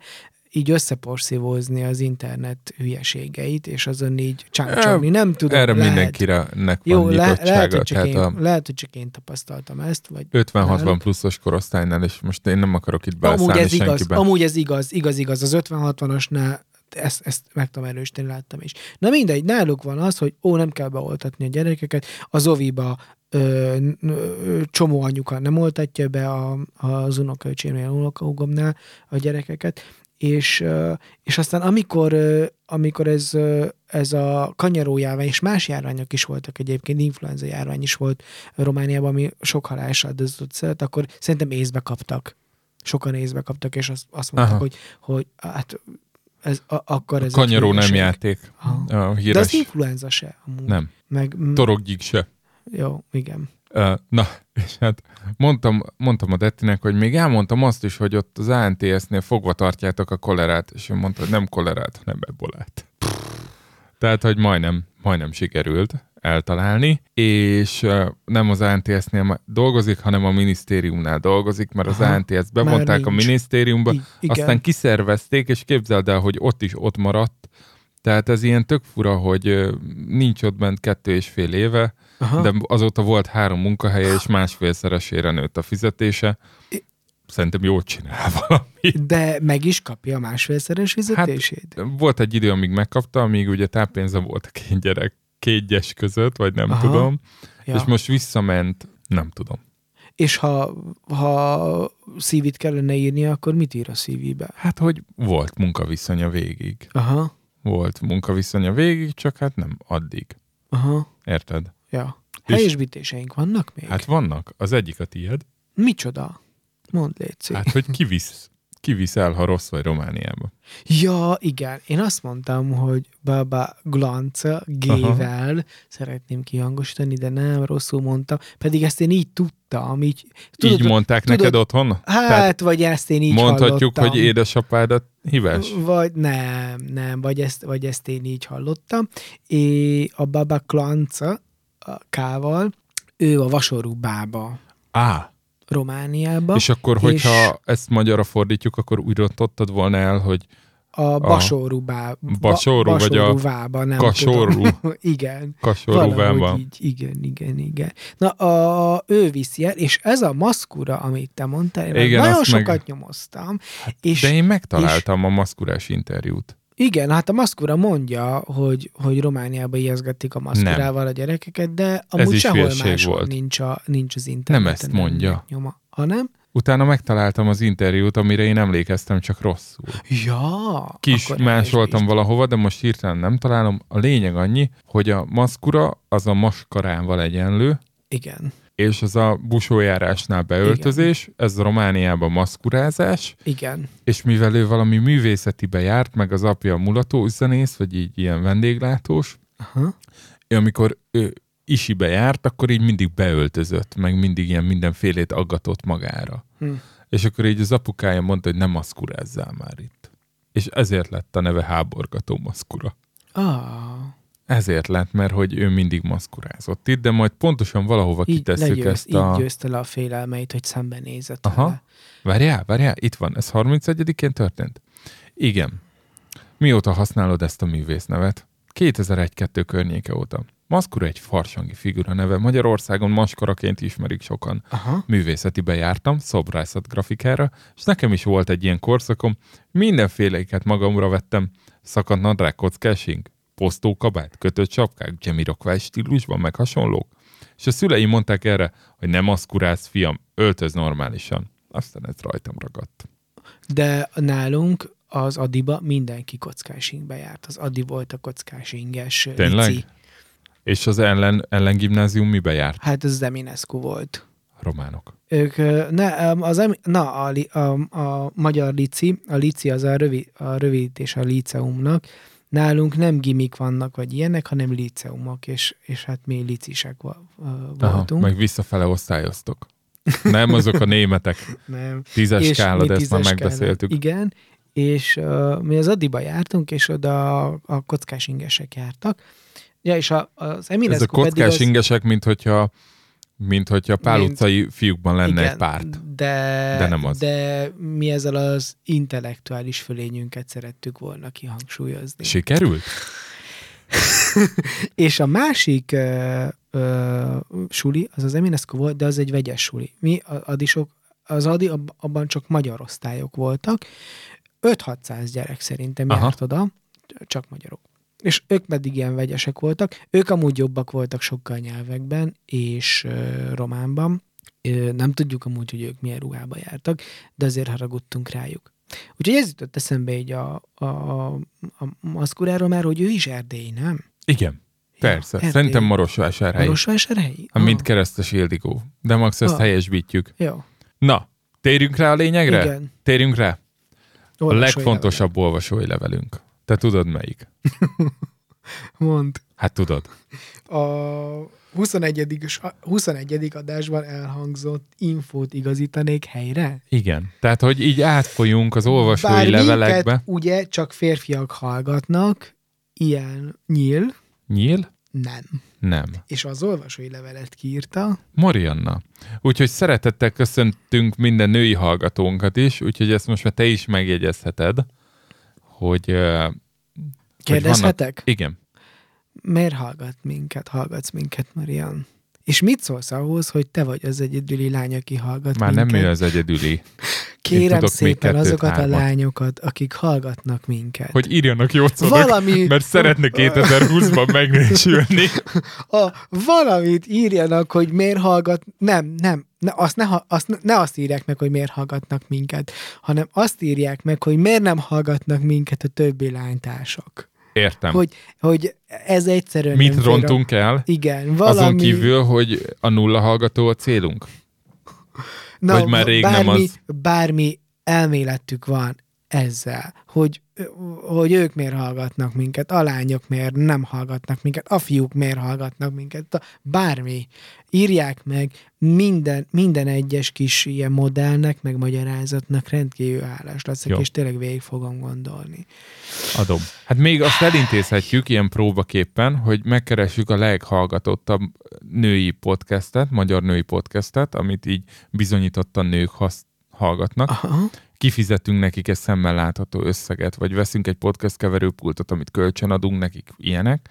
[SPEAKER 1] így összeporszívózni az internet hülyeségeit, és azon így csámcsolni. Nem tudom,
[SPEAKER 2] Erre
[SPEAKER 1] lehet.
[SPEAKER 2] mindenkinek van
[SPEAKER 1] Jó, le, lehet,
[SPEAKER 2] nyitottsága.
[SPEAKER 1] hogy csak
[SPEAKER 2] Tehát
[SPEAKER 1] én,
[SPEAKER 2] a
[SPEAKER 1] lehet, hogy csak én tapasztaltam ezt, vagy
[SPEAKER 2] 50-60
[SPEAKER 1] Nálunk.
[SPEAKER 2] pluszos korosztálynál, és most én nem akarok itt
[SPEAKER 1] Amúgy
[SPEAKER 2] beszállni
[SPEAKER 1] ez igaz,
[SPEAKER 2] senkiben.
[SPEAKER 1] amúgy ez igaz, igaz, igaz. Az 50-60-asnál ezt, ezt meg tudom erősíteni, láttam is. Na mindegy, náluk van az, hogy ó, nem kell beoltatni a gyerekeket, az oviba ö, n- ö, csomó anyuka nem oltatja be a, az unokaöcsémnél, unokahúgomnál a gyerekeket, és, ö, és aztán amikor, ö, amikor ez, ö, ez a kanyaró járvány, és más járványok is voltak egyébként, influenza járvány is volt Romániában, ami sok halásra döntött szeret, akkor szerintem észbe kaptak. Sokan észbe kaptak, és azt, azt mondták,
[SPEAKER 2] Aha.
[SPEAKER 1] hogy, hogy hát ez, a, akkor ez egy
[SPEAKER 2] Kanyaró nem
[SPEAKER 1] hülyeség.
[SPEAKER 2] játék.
[SPEAKER 1] Aha.
[SPEAKER 2] A
[SPEAKER 1] De
[SPEAKER 2] híres.
[SPEAKER 1] az influenza se. Amúgy.
[SPEAKER 2] Nem.
[SPEAKER 1] Meg, m-
[SPEAKER 2] Torokgyik se.
[SPEAKER 1] jó, igen.
[SPEAKER 2] Ö, Na, és hát mondtam, mondtam a Dettinek, hogy még elmondtam azt is, hogy ott az ANTS-nél fogva tartjátok a kolerát, és ő mondta, hogy nem kolerát, nem ebolát. Tehát, hogy majdnem, majdnem sikerült eltalálni, és ö, nem az ANTS-nél ma- dolgozik, hanem a minisztériumnál dolgozik, mert az
[SPEAKER 1] Aha,
[SPEAKER 2] ANTS-t bevonták a
[SPEAKER 1] nincs.
[SPEAKER 2] minisztériumba,
[SPEAKER 1] I- igen.
[SPEAKER 2] aztán kiszervezték, és képzeld el, hogy ott is ott maradt. Tehát ez ilyen tök fura, hogy ö, nincs ott bent kettő és fél éve,
[SPEAKER 1] Aha.
[SPEAKER 2] de azóta volt három munkahelye, és másfélszeresére nőtt a fizetése. Szerintem jól csinál valami.
[SPEAKER 1] De meg is kapja a másfélszeres
[SPEAKER 2] Hát,
[SPEAKER 1] fizetését?
[SPEAKER 2] Volt egy idő, amíg megkapta, amíg ugye tápénze volt a két gyerek kétgyes között, vagy nem Aha.
[SPEAKER 1] Aha.
[SPEAKER 2] tudom, ja.
[SPEAKER 1] ja.
[SPEAKER 2] és most visszament, nem tudom.
[SPEAKER 1] és ha, ha szívit kellene írni, akkor mit ír a szívibe?
[SPEAKER 2] Hát, hogy volt munkaviszonya végig.
[SPEAKER 1] Aha,
[SPEAKER 2] Volt munkaviszonya végig, csak hát nem addig.
[SPEAKER 1] aha,
[SPEAKER 2] Érted?
[SPEAKER 1] ja.
[SPEAKER 2] És-
[SPEAKER 1] Helyesbítéseink vannak még?
[SPEAKER 2] Hát vannak. Az Hát egyik a tied.
[SPEAKER 1] Micsoda? Mondd légy szív.
[SPEAKER 2] Hát, hogy kivisz. kiviszel, ha rossz vagy Romániába.
[SPEAKER 1] Ja, igen. Én azt mondtam, hogy Baba Glanca G-vel szeretném kihangosítani, de nem, rosszul mondtam. Pedig ezt én így tudtam. Így,
[SPEAKER 2] így mondták
[SPEAKER 1] tudod-
[SPEAKER 2] neked otthon?
[SPEAKER 1] Hát,
[SPEAKER 2] Tehát
[SPEAKER 1] vagy ezt én így
[SPEAKER 2] Mondhatjuk,
[SPEAKER 1] hallottam.
[SPEAKER 2] hogy édesapádat híves?
[SPEAKER 1] Vagy nem, nem, vagy ezt, vagy ezt én így hallottam. É, a Baba Klanca a K-val, ő a Vasorú bába
[SPEAKER 2] Á,
[SPEAKER 1] Romániába.
[SPEAKER 2] és akkor, hogyha ezt magyarra fordítjuk, akkor úgy rontottad volna el, hogy
[SPEAKER 1] a Basorú bá,
[SPEAKER 2] Basorú, vagy a
[SPEAKER 1] Basorúvába, nem
[SPEAKER 2] kasorú,
[SPEAKER 1] Tudom. igen.
[SPEAKER 2] kasorúván
[SPEAKER 1] Valahogy
[SPEAKER 2] van.
[SPEAKER 1] így, igen, igen, igen. Na, a, ő viszi el, és ez a maszkura, amit te mondtál, én
[SPEAKER 2] Igen,
[SPEAKER 1] nagyon
[SPEAKER 2] azt meg- Hát
[SPEAKER 1] sokat nyomoztam, és
[SPEAKER 2] De én megtaláltam a maszkurás interjút.
[SPEAKER 1] Igen, hát a maszkura mondja, hogy, hogy Romániába ijeszgetik a maszkurával a gyerekeket, de amúgy
[SPEAKER 2] is
[SPEAKER 1] sehol
[SPEAKER 2] hülyeség
[SPEAKER 1] máshol
[SPEAKER 2] volt.
[SPEAKER 1] nincs, a, nincs az internet.
[SPEAKER 2] Nem ezt mondja.
[SPEAKER 1] Nyoma. Hanem?
[SPEAKER 2] Utána megtaláltam az interjút, amire én emlékeztem, csak rosszul.
[SPEAKER 1] Ja!
[SPEAKER 2] Kis
[SPEAKER 1] akkor
[SPEAKER 2] másoltam
[SPEAKER 1] elnézést.
[SPEAKER 2] valahova, de most hirtelen nem találom. A lényeg annyi, hogy a maszkura az a maskarával egyenlő,
[SPEAKER 1] Igen,
[SPEAKER 2] és az a busójárásnál beöltözés, ez Romániában maszkurázás,
[SPEAKER 1] igen.
[SPEAKER 2] és mivel ő valami művészetibe járt, meg az apja mulató zenész, vagy így ilyen vendéglátós,
[SPEAKER 1] Aha.
[SPEAKER 2] ő, amikor ő isibe járt, akkor így mindig beöltözött, meg mindig ilyen mindenfélét aggatott magára.
[SPEAKER 1] Hm.
[SPEAKER 2] És akkor így az apukája mondta, hogy nem maszkurázzál már itt. És ezért lett a neve háborgató maszkura.
[SPEAKER 1] Ah,
[SPEAKER 2] Ezért lett, mert hogy ő mindig maszkurázott itt, de majd pontosan valahova
[SPEAKER 1] így,
[SPEAKER 2] kitesszük
[SPEAKER 1] legyőz,
[SPEAKER 2] ezt a...
[SPEAKER 1] így győzte le a félelmeit, hogy szembenézett
[SPEAKER 2] Aha.
[SPEAKER 1] vele.
[SPEAKER 2] Várjál, várjál, itt van, ez 31-én történt. Igen. Mióta használod ezt a művésznevet? 2001-2 környéke óta. Maszkura egy farsangi figura neve, Magyarországon maskaraként ismerik sokan.
[SPEAKER 1] Aha.
[SPEAKER 2] Művészetibe jártam, szobrászat grafikára, és nekem is volt egy ilyen korszakom, mindenféleiket magamra vettem, szakadt nadrág kockásink, posztó kabát, kötött sapkák, Jamiroquai stílusban, meg hasonlók. És a szüleim mondták erre, hogy nem maszkurálsz, fiam, öltöz normálisan. Aztán ez rajtam ragadt.
[SPEAKER 1] De nálunk az Adiba mindenki kockás ingbe járt. Az Adi volt a kockás inges ö,
[SPEAKER 2] Tényleg?
[SPEAKER 1] lici.
[SPEAKER 2] És az ellen, ellen gimnázium mibe járt?
[SPEAKER 1] Hát ez Zeminescu volt.
[SPEAKER 2] Románok.
[SPEAKER 1] Ők, ö, ne, öm, az, em- na, a, li- a, a magyar lici, a lici az a, rövid, a rövidítés a liceumnak, nálunk nem gimik vannak, vagy ilyenek, hanem liceumok, és, és hát mi licisek va- ö, voltunk.
[SPEAKER 2] meg visszafele osztályoztok. Nem azok a németek.
[SPEAKER 1] nem.
[SPEAKER 2] Tízes
[SPEAKER 1] És
[SPEAKER 2] skála,
[SPEAKER 1] mi
[SPEAKER 2] de ezt már
[SPEAKER 1] tízes skálán.
[SPEAKER 2] megbeszéltük.
[SPEAKER 1] Igen, és uh, mi az Adiba jártunk, és oda a, a kockás ingesek jártak. Ja, és a, az
[SPEAKER 2] Ez
[SPEAKER 1] Eminescu
[SPEAKER 2] a kockás
[SPEAKER 1] pedig az,
[SPEAKER 2] ingesek, mint hogyha, mint hogyha pál
[SPEAKER 1] Mint-
[SPEAKER 2] utcai fiúkban lenne egy párt.
[SPEAKER 1] De,
[SPEAKER 2] de nem az.
[SPEAKER 1] De mi ezzel az intellektuális fölényünket szerettük volna kihangsúlyozni.
[SPEAKER 2] Sikerült?
[SPEAKER 1] És a másik ö, ö, suli, az az Eminescu volt, de az egy vegyes suli. Mi a- adisok, az adi, ab- abban csak magyar osztályok voltak. 5-600 gyerek szerintem
[SPEAKER 2] Aha.
[SPEAKER 1] Aha. járt oda, csak magyarok. És ők pedig ilyen vegyesek voltak. Ők amúgy jobbak voltak sokkal nyelvekben és ö, románban. Ö, nem tudjuk amúgy, hogy ők milyen ruhába jártak, de azért haragudtunk rájuk. Úgyhogy ez jutott eszembe így a, a, a, a maszkuráról már, hogy ő is Erdély, nem?
[SPEAKER 2] Igen, persze.
[SPEAKER 1] Erdély.
[SPEAKER 2] Szerintem Marosvásárhely. Maros...
[SPEAKER 1] Marosvásárhelyi?
[SPEAKER 2] Hát mind keresztes ildigó. De max ezt
[SPEAKER 1] Ah.
[SPEAKER 2] helyesbítjük.
[SPEAKER 1] Jó.
[SPEAKER 2] Na, térjünk rá a lényegre?
[SPEAKER 1] Igen.
[SPEAKER 2] Térjünk rá. A
[SPEAKER 1] Olvasói
[SPEAKER 2] legfontosabb olvasói levelünk. Te tudod melyik?
[SPEAKER 1] levelek. Mond.
[SPEAKER 2] Hát tudod.
[SPEAKER 1] A 21. s- a 21. adásban elhangzott infót igazítanék helyre.
[SPEAKER 2] Igen. Tehát, hogy így átfolyunk az olvasói
[SPEAKER 1] Bár
[SPEAKER 2] levelekbe.
[SPEAKER 1] minket ugye csak férfiak hallgatnak, ilyen nyíl,
[SPEAKER 2] Nyíl?
[SPEAKER 1] nem.
[SPEAKER 2] Nem.
[SPEAKER 1] És az olvasói levelet kiírta.
[SPEAKER 2] Marianna. Úgyhogy szeretettel köszöntünk minden női hallgatónkat is, úgyhogy ezt most már te is megjegyezheted, hogy... ö, hogy vannak-
[SPEAKER 1] Kérdezhetek?
[SPEAKER 2] Igen.
[SPEAKER 1] Miért hallgat minket? Hallgatsz minket, Marian? És mit szólsz ahhoz, hogy te vagy az egyedüli lány, aki hallgat
[SPEAKER 2] Már
[SPEAKER 1] minket?
[SPEAKER 2] nem ő az egyedüli.
[SPEAKER 1] Kérem
[SPEAKER 2] tudok még
[SPEAKER 1] szépen
[SPEAKER 2] kettőt,
[SPEAKER 1] azokat
[SPEAKER 2] hármat.
[SPEAKER 1] a lányokat, akik hallgatnak minket.
[SPEAKER 2] Hogy írjanak jó szónak,
[SPEAKER 1] valami,
[SPEAKER 2] mert szeretne 2020-ban megnősülni.
[SPEAKER 1] a, valamit írjanak, hogy miért hallgat... Nem, nem, ne azt, ne, ha- azt, ne- ne azt írják meg, hogy miért hallgatnak minket, hanem azt írják meg, hogy miért nem hallgatnak minket a többi lánytársak.
[SPEAKER 2] Értem.
[SPEAKER 1] Hogy, hogy ez egyszerűen
[SPEAKER 2] Mit
[SPEAKER 1] nem fér a-
[SPEAKER 2] rontunk el?
[SPEAKER 1] Igen, valami...
[SPEAKER 2] Azon kívül, hogy a nulla hallgató a célunk.
[SPEAKER 1] na,
[SPEAKER 2] hogy már rég nem
[SPEAKER 1] bármi,
[SPEAKER 2] az.
[SPEAKER 1] Bármi elméletük van ezzel, hogy, hogy ők miért hallgatnak minket, a lányok miért nem hallgatnak minket, a fiúk miért hallgatnak minket, a- bármi. Írják meg minden, minden egyes kis ilyen modellnek, meg magyarázatnak rendkívül hálás leszek,
[SPEAKER 2] Jó.
[SPEAKER 1] és tényleg végig fogom gondolni.
[SPEAKER 2] Adom. Hát még azt elintézhetjük ilyen próbaképpen, hogy megkeressük a leghallgatottabb női podcastet, magyar női podcastet, amit így bizonyítottan nők hasz- hallgatnak.
[SPEAKER 1] Aha.
[SPEAKER 2] Kifizetünk nekik egy szemmel látható összeget, vagy veszünk egy podcast keverőpultot, amit kölcsön adunk nekik ilyenek,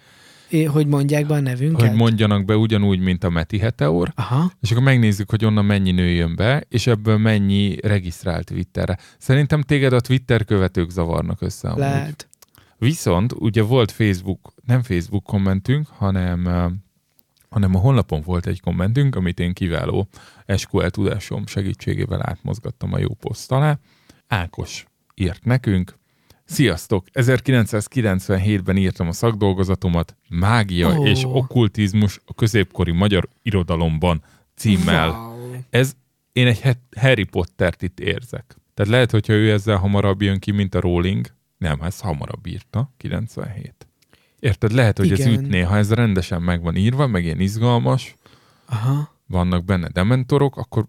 [SPEAKER 1] É, Hogy mondják be a nevünket?
[SPEAKER 2] hogy mondjanak be ugyanúgy, mint a Meti Heteor,
[SPEAKER 1] Aha.
[SPEAKER 2] és akkor megnézzük, hogy onnan mennyi nő jön be, és ebből mennyi regisztrált Twitterre. Szerintem téged a Twitter követők zavarnak össze. amúgy.
[SPEAKER 1] Lehet.
[SPEAKER 2] Viszont ugye volt Facebook, nem Facebook kommentünk, hanem, eh, hanem a honlapon volt egy kommentünk, amit én kiváló SQL tudásom segítségével átmozgattam a jó poszt alá. Ákos írt nekünk, Sziasztok! 1997-ben írtam a szakdolgozatomat Mágia
[SPEAKER 1] Ó.
[SPEAKER 2] oh. és okkultizmus a középkori magyar irodalomban címmel.
[SPEAKER 1] Wow.
[SPEAKER 2] Ez, én egy het- Harry Pottert itt érzek. Tehát lehet, hogyha ő ezzel hamarabb jön ki, mint a Rowling. Nem, ezt hamarabb írta, 97. Érted? Lehet, hogy Igen. ez
[SPEAKER 1] Igen.
[SPEAKER 2] ütné, ha ez rendesen meg van írva, meg ilyen izgalmas,
[SPEAKER 1] Aha.
[SPEAKER 2] vannak benne dementorok, akkor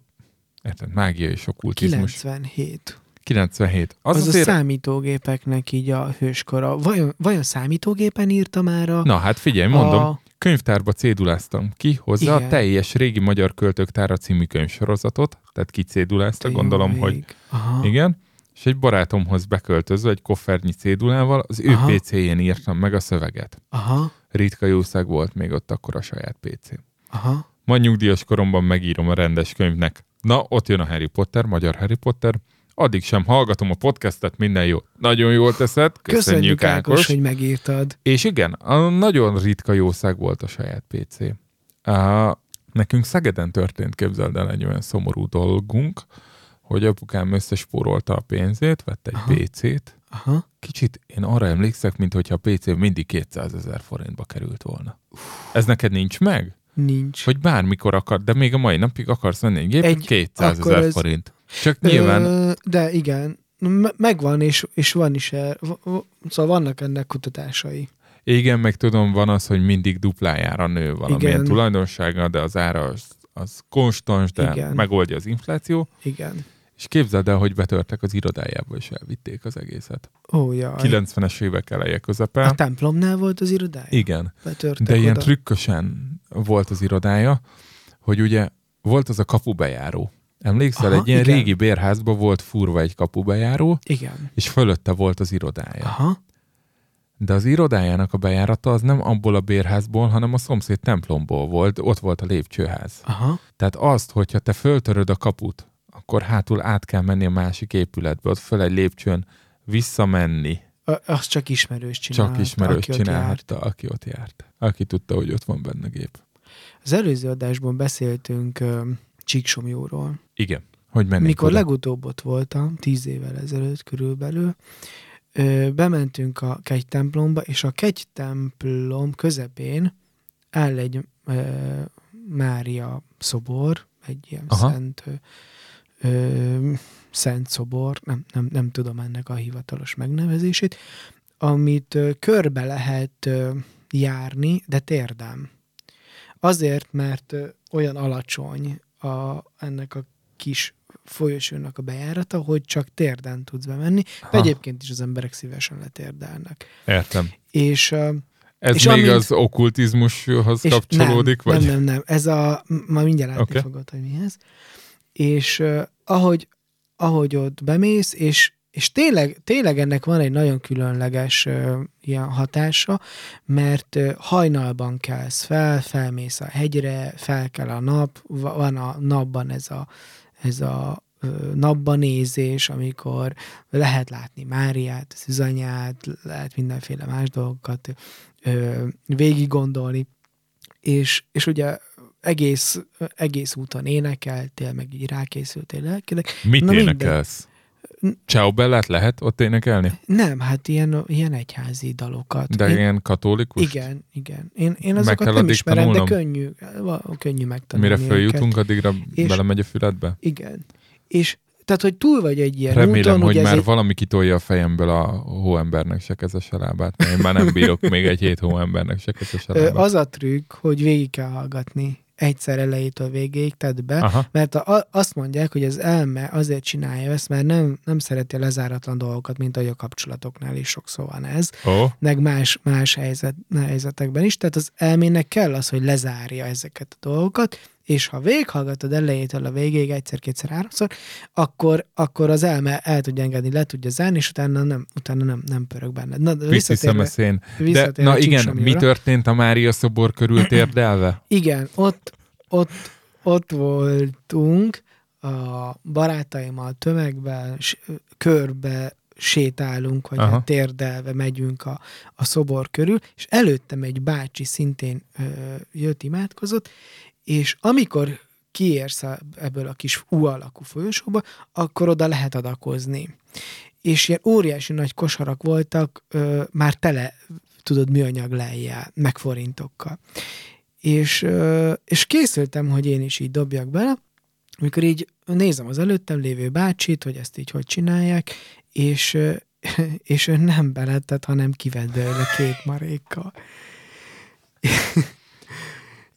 [SPEAKER 2] érted, mágia és okkultizmus.
[SPEAKER 1] 97.
[SPEAKER 2] 97. Az,
[SPEAKER 1] Az,
[SPEAKER 2] az
[SPEAKER 1] az a
[SPEAKER 2] azért...
[SPEAKER 1] számítógépeknek így a hőskora. Vajon, vajon számítógépen írta már a...
[SPEAKER 2] Na hát figyelj, mondom,
[SPEAKER 1] A...
[SPEAKER 2] Könyvtárba céduláztam ki hozzá Igen. a
[SPEAKER 1] Igen.
[SPEAKER 2] teljes régi magyar költőktára című könyvsorozatot, tehát kicédulázta,
[SPEAKER 1] Te jó
[SPEAKER 2] gondolom,
[SPEAKER 1] ég.
[SPEAKER 2] hogy
[SPEAKER 1] Aha.
[SPEAKER 2] Igen, és egy barátomhoz beköltözve egy koffernyi cédulával az ő
[SPEAKER 1] Aha.
[SPEAKER 2] PC-jén írtam meg a szöveget.
[SPEAKER 1] Aha.
[SPEAKER 2] Ritka jószág volt még ott akkor a saját PC-n.
[SPEAKER 1] Aha.
[SPEAKER 2] Majd nyugdíjas koromban megírom a rendes könyvnek. Na, ott jön a Harry Potter, magyar Harry Potter. Addig sem hallgatom a podcastet, minden jó. Nagyon jól teszed, köszönjük,
[SPEAKER 1] Köszönjük, Ákos,
[SPEAKER 2] Ákos.
[SPEAKER 1] hogy megírtad.
[SPEAKER 2] És igen, a nagyon ritka jószág volt a saját PC. A, nekünk Szegeden történt, képzeld el egy olyan szomorú dolgunk, hogy apukám összespórolta a pénzét, vett egy
[SPEAKER 1] Aha.
[SPEAKER 2] PC-t.
[SPEAKER 1] Aha.
[SPEAKER 2] Kicsit én arra emlékszek, mintha a PC mindig 200 ezer forintba került volna. Ez neked nincs meg?
[SPEAKER 1] Nincs.
[SPEAKER 2] Hogy bármikor akar, de még a mai napig akarsz venni egy gépet,
[SPEAKER 1] Egy-
[SPEAKER 2] 200
[SPEAKER 1] akkor
[SPEAKER 2] ezer
[SPEAKER 1] ez-
[SPEAKER 2] forint. Csak nyilván
[SPEAKER 1] Ö, de igen, Me- megvan, és, és van is. El, v- v- szóval vannak ennek kutatásai.
[SPEAKER 2] Igen, meg tudom, van az, hogy mindig duplájára nő valamilyen Igen.
[SPEAKER 1] Igen.
[SPEAKER 2] tulajdonsága, de az ára az, az konstans, de Igen.
[SPEAKER 1] Igen.
[SPEAKER 2] megoldja az infláció.
[SPEAKER 1] Igen.
[SPEAKER 2] És képzeld el, hogy betörtek az irodájába, és elvitték az egészet.
[SPEAKER 1] Ó, jaj.
[SPEAKER 2] 90-es évek eleje
[SPEAKER 1] A
[SPEAKER 2] közepén.
[SPEAKER 1] templomnál volt az irodája?
[SPEAKER 2] Igen,
[SPEAKER 1] Betörtek
[SPEAKER 2] de ilyen
[SPEAKER 1] Hát, oda.
[SPEAKER 2] trükkösen volt az irodája, hogy ugye volt az a kapubejáró. Emlékszel,
[SPEAKER 1] Aha,
[SPEAKER 2] egy ilyen
[SPEAKER 1] igen.
[SPEAKER 2] régi bérházban volt furva egy kapubejáró,
[SPEAKER 1] Igen.
[SPEAKER 2] és fölötte volt az irodája.
[SPEAKER 1] Aha.
[SPEAKER 2] De az irodájának a bejárata az nem abból a bérházból, hanem a szomszéd templomból volt, ott volt a lépcsőház.
[SPEAKER 1] Aha.
[SPEAKER 2] Tehát azt, hogyha te föltöröd a kaput, akkor hátul át kell menni a másik épületbe, ott föl egy lépcsőn visszamenni.
[SPEAKER 1] A- Azt csak ismerős csinálta.
[SPEAKER 2] Csak ismerős
[SPEAKER 1] aki ott járt.
[SPEAKER 2] csinálhatta, aki ott járt. Aki tudta, hogy ott van benne gép.
[SPEAKER 1] Az előző adásban beszéltünk ö, Csíksomjóról.
[SPEAKER 2] Igen. Hogy menni?
[SPEAKER 1] Mikor legutóbb ott voltam, tíz évvel ezelőtt körülbelül, ö, bementünk a kegy templomba, és a kegy templom közepén áll egy ö, Mária szobor, egy ilyen
[SPEAKER 2] Aha.
[SPEAKER 1] Aha. szent ö, ö, szent szobor, nem, nem, nem tudom ennek a hivatalos megnevezését, amit ö, körbe lehet ö, járni, de térdem. Azért, mert ö, olyan alacsony a, ennek a kis folyosónak a bejárata, hogy csak térden tudsz bemenni.
[SPEAKER 2] Ha,
[SPEAKER 1] Ha. Egyébként is az emberek szívesen letérdelnek.
[SPEAKER 2] Értem.
[SPEAKER 1] És, ö,
[SPEAKER 2] Ez és
[SPEAKER 1] És
[SPEAKER 2] még amint...
[SPEAKER 1] amint-
[SPEAKER 2] az okkultizmushoz
[SPEAKER 1] és
[SPEAKER 2] kapcsolódik?
[SPEAKER 1] nem,
[SPEAKER 2] vagy?
[SPEAKER 1] nem, nem, nem. Ez a, m- ma mindjárt látni
[SPEAKER 2] Oké.
[SPEAKER 1] okay. fogod, hogy mi ez. És uh, ahogy, ahogy ott bemész, és, és tényleg, tényleg ennek van egy nagyon különleges uh, ilyen hatása, mert uh, hajnalban kelsz fel, felmész a hegyre, fel kell a nap, va- van a napban ez a, ez a ö, napba nézés, amikor lehet látni Máriát, Szüzanyát, lehet mindenféle más dolgokat ö, végig gondolni, és, és ugye egész, egész úton énekeltél, meg így rákészültél lelkileg.
[SPEAKER 2] Mit
[SPEAKER 1] Na,
[SPEAKER 2] Na,
[SPEAKER 1] mindegy.
[SPEAKER 2] énekelsz? Ciao Bellát lehet ott énekelni?
[SPEAKER 1] Nem, hát ilyen, ilyen egyházi dalokat.
[SPEAKER 2] De
[SPEAKER 1] Én-
[SPEAKER 2] ilyen katolikus?
[SPEAKER 1] igen, igen. Én, én
[SPEAKER 2] Meg
[SPEAKER 1] azokat
[SPEAKER 2] kell
[SPEAKER 1] nem
[SPEAKER 2] addig
[SPEAKER 1] ismerem, tanulnom. de
[SPEAKER 2] tanulnom?
[SPEAKER 1] könnyű, va- könnyű megtanulni.
[SPEAKER 2] Mire
[SPEAKER 1] őket.
[SPEAKER 2] följutunk, addigra
[SPEAKER 1] És-
[SPEAKER 2] belemegy a fületbe?
[SPEAKER 1] Igen. És Tehát, hogy túl vagy egy ilyen
[SPEAKER 2] Remélem,
[SPEAKER 1] úton,
[SPEAKER 2] hogy
[SPEAKER 1] ugye
[SPEAKER 2] már
[SPEAKER 1] ez egy
[SPEAKER 2] valami kitolja a fejemből a hóembernek se kezes a lábát, mert én már nem bírok még egy hét hóembernek se kezes a
[SPEAKER 1] Ö,
[SPEAKER 2] lábát.
[SPEAKER 1] Az a trükk, hogy végig kell hallgatni egyszer elejétől végéig, tedd be,
[SPEAKER 2] Aha.
[SPEAKER 1] mert a, a- azt mondják, hogy az elme azért csinálja ezt, mert nem, nem szereti a lezáratlan dolgokat, mint ahogy a kapcsolatoknál is sokszor van ez,
[SPEAKER 2] Ó,
[SPEAKER 1] meg más, más helyzet, helyzetekben is, tehát az elmének kell az, hogy lezárja ezeket a dolgokat, és ha véghallgatod elejétől a végéig egyszer-kétszer háromszor, akkor, akkor az elme el tudja engedni, le tudja zárni, és utána nem, utána nem, nem pörög benned. Na, de
[SPEAKER 2] vissziszem a
[SPEAKER 1] visszatérve,
[SPEAKER 2] szén. De,
[SPEAKER 1] visszatérve
[SPEAKER 2] na igen,
[SPEAKER 1] Csúcsomjóra.
[SPEAKER 2] mi történt a Mária szobor körül térdelve?
[SPEAKER 1] Igen, ott, ott, ott voltunk a barátaimmal tömegben, s- körbe sétálunk, hogy
[SPEAKER 2] Aha.
[SPEAKER 1] hát térdelve megyünk a, a szobor körül, és előttem egy bácsi szintén ö, jött, imádkozott, és amikor kiérsz a- ebből a kis U alakú folyosóba, akkor oda lehet adakozni. És ilyen óriási nagy kosarak voltak, ö, már tele, tudod, műanyag lejjel, meg forintokkal. És, ö, és készültem, hogy én is így dobjak bele, amikor így nézem az előttem lévő bácsit, hogy ezt így hogy csinálják, és, ö, és ő nem beletett, hanem kivett belőle két marékkal.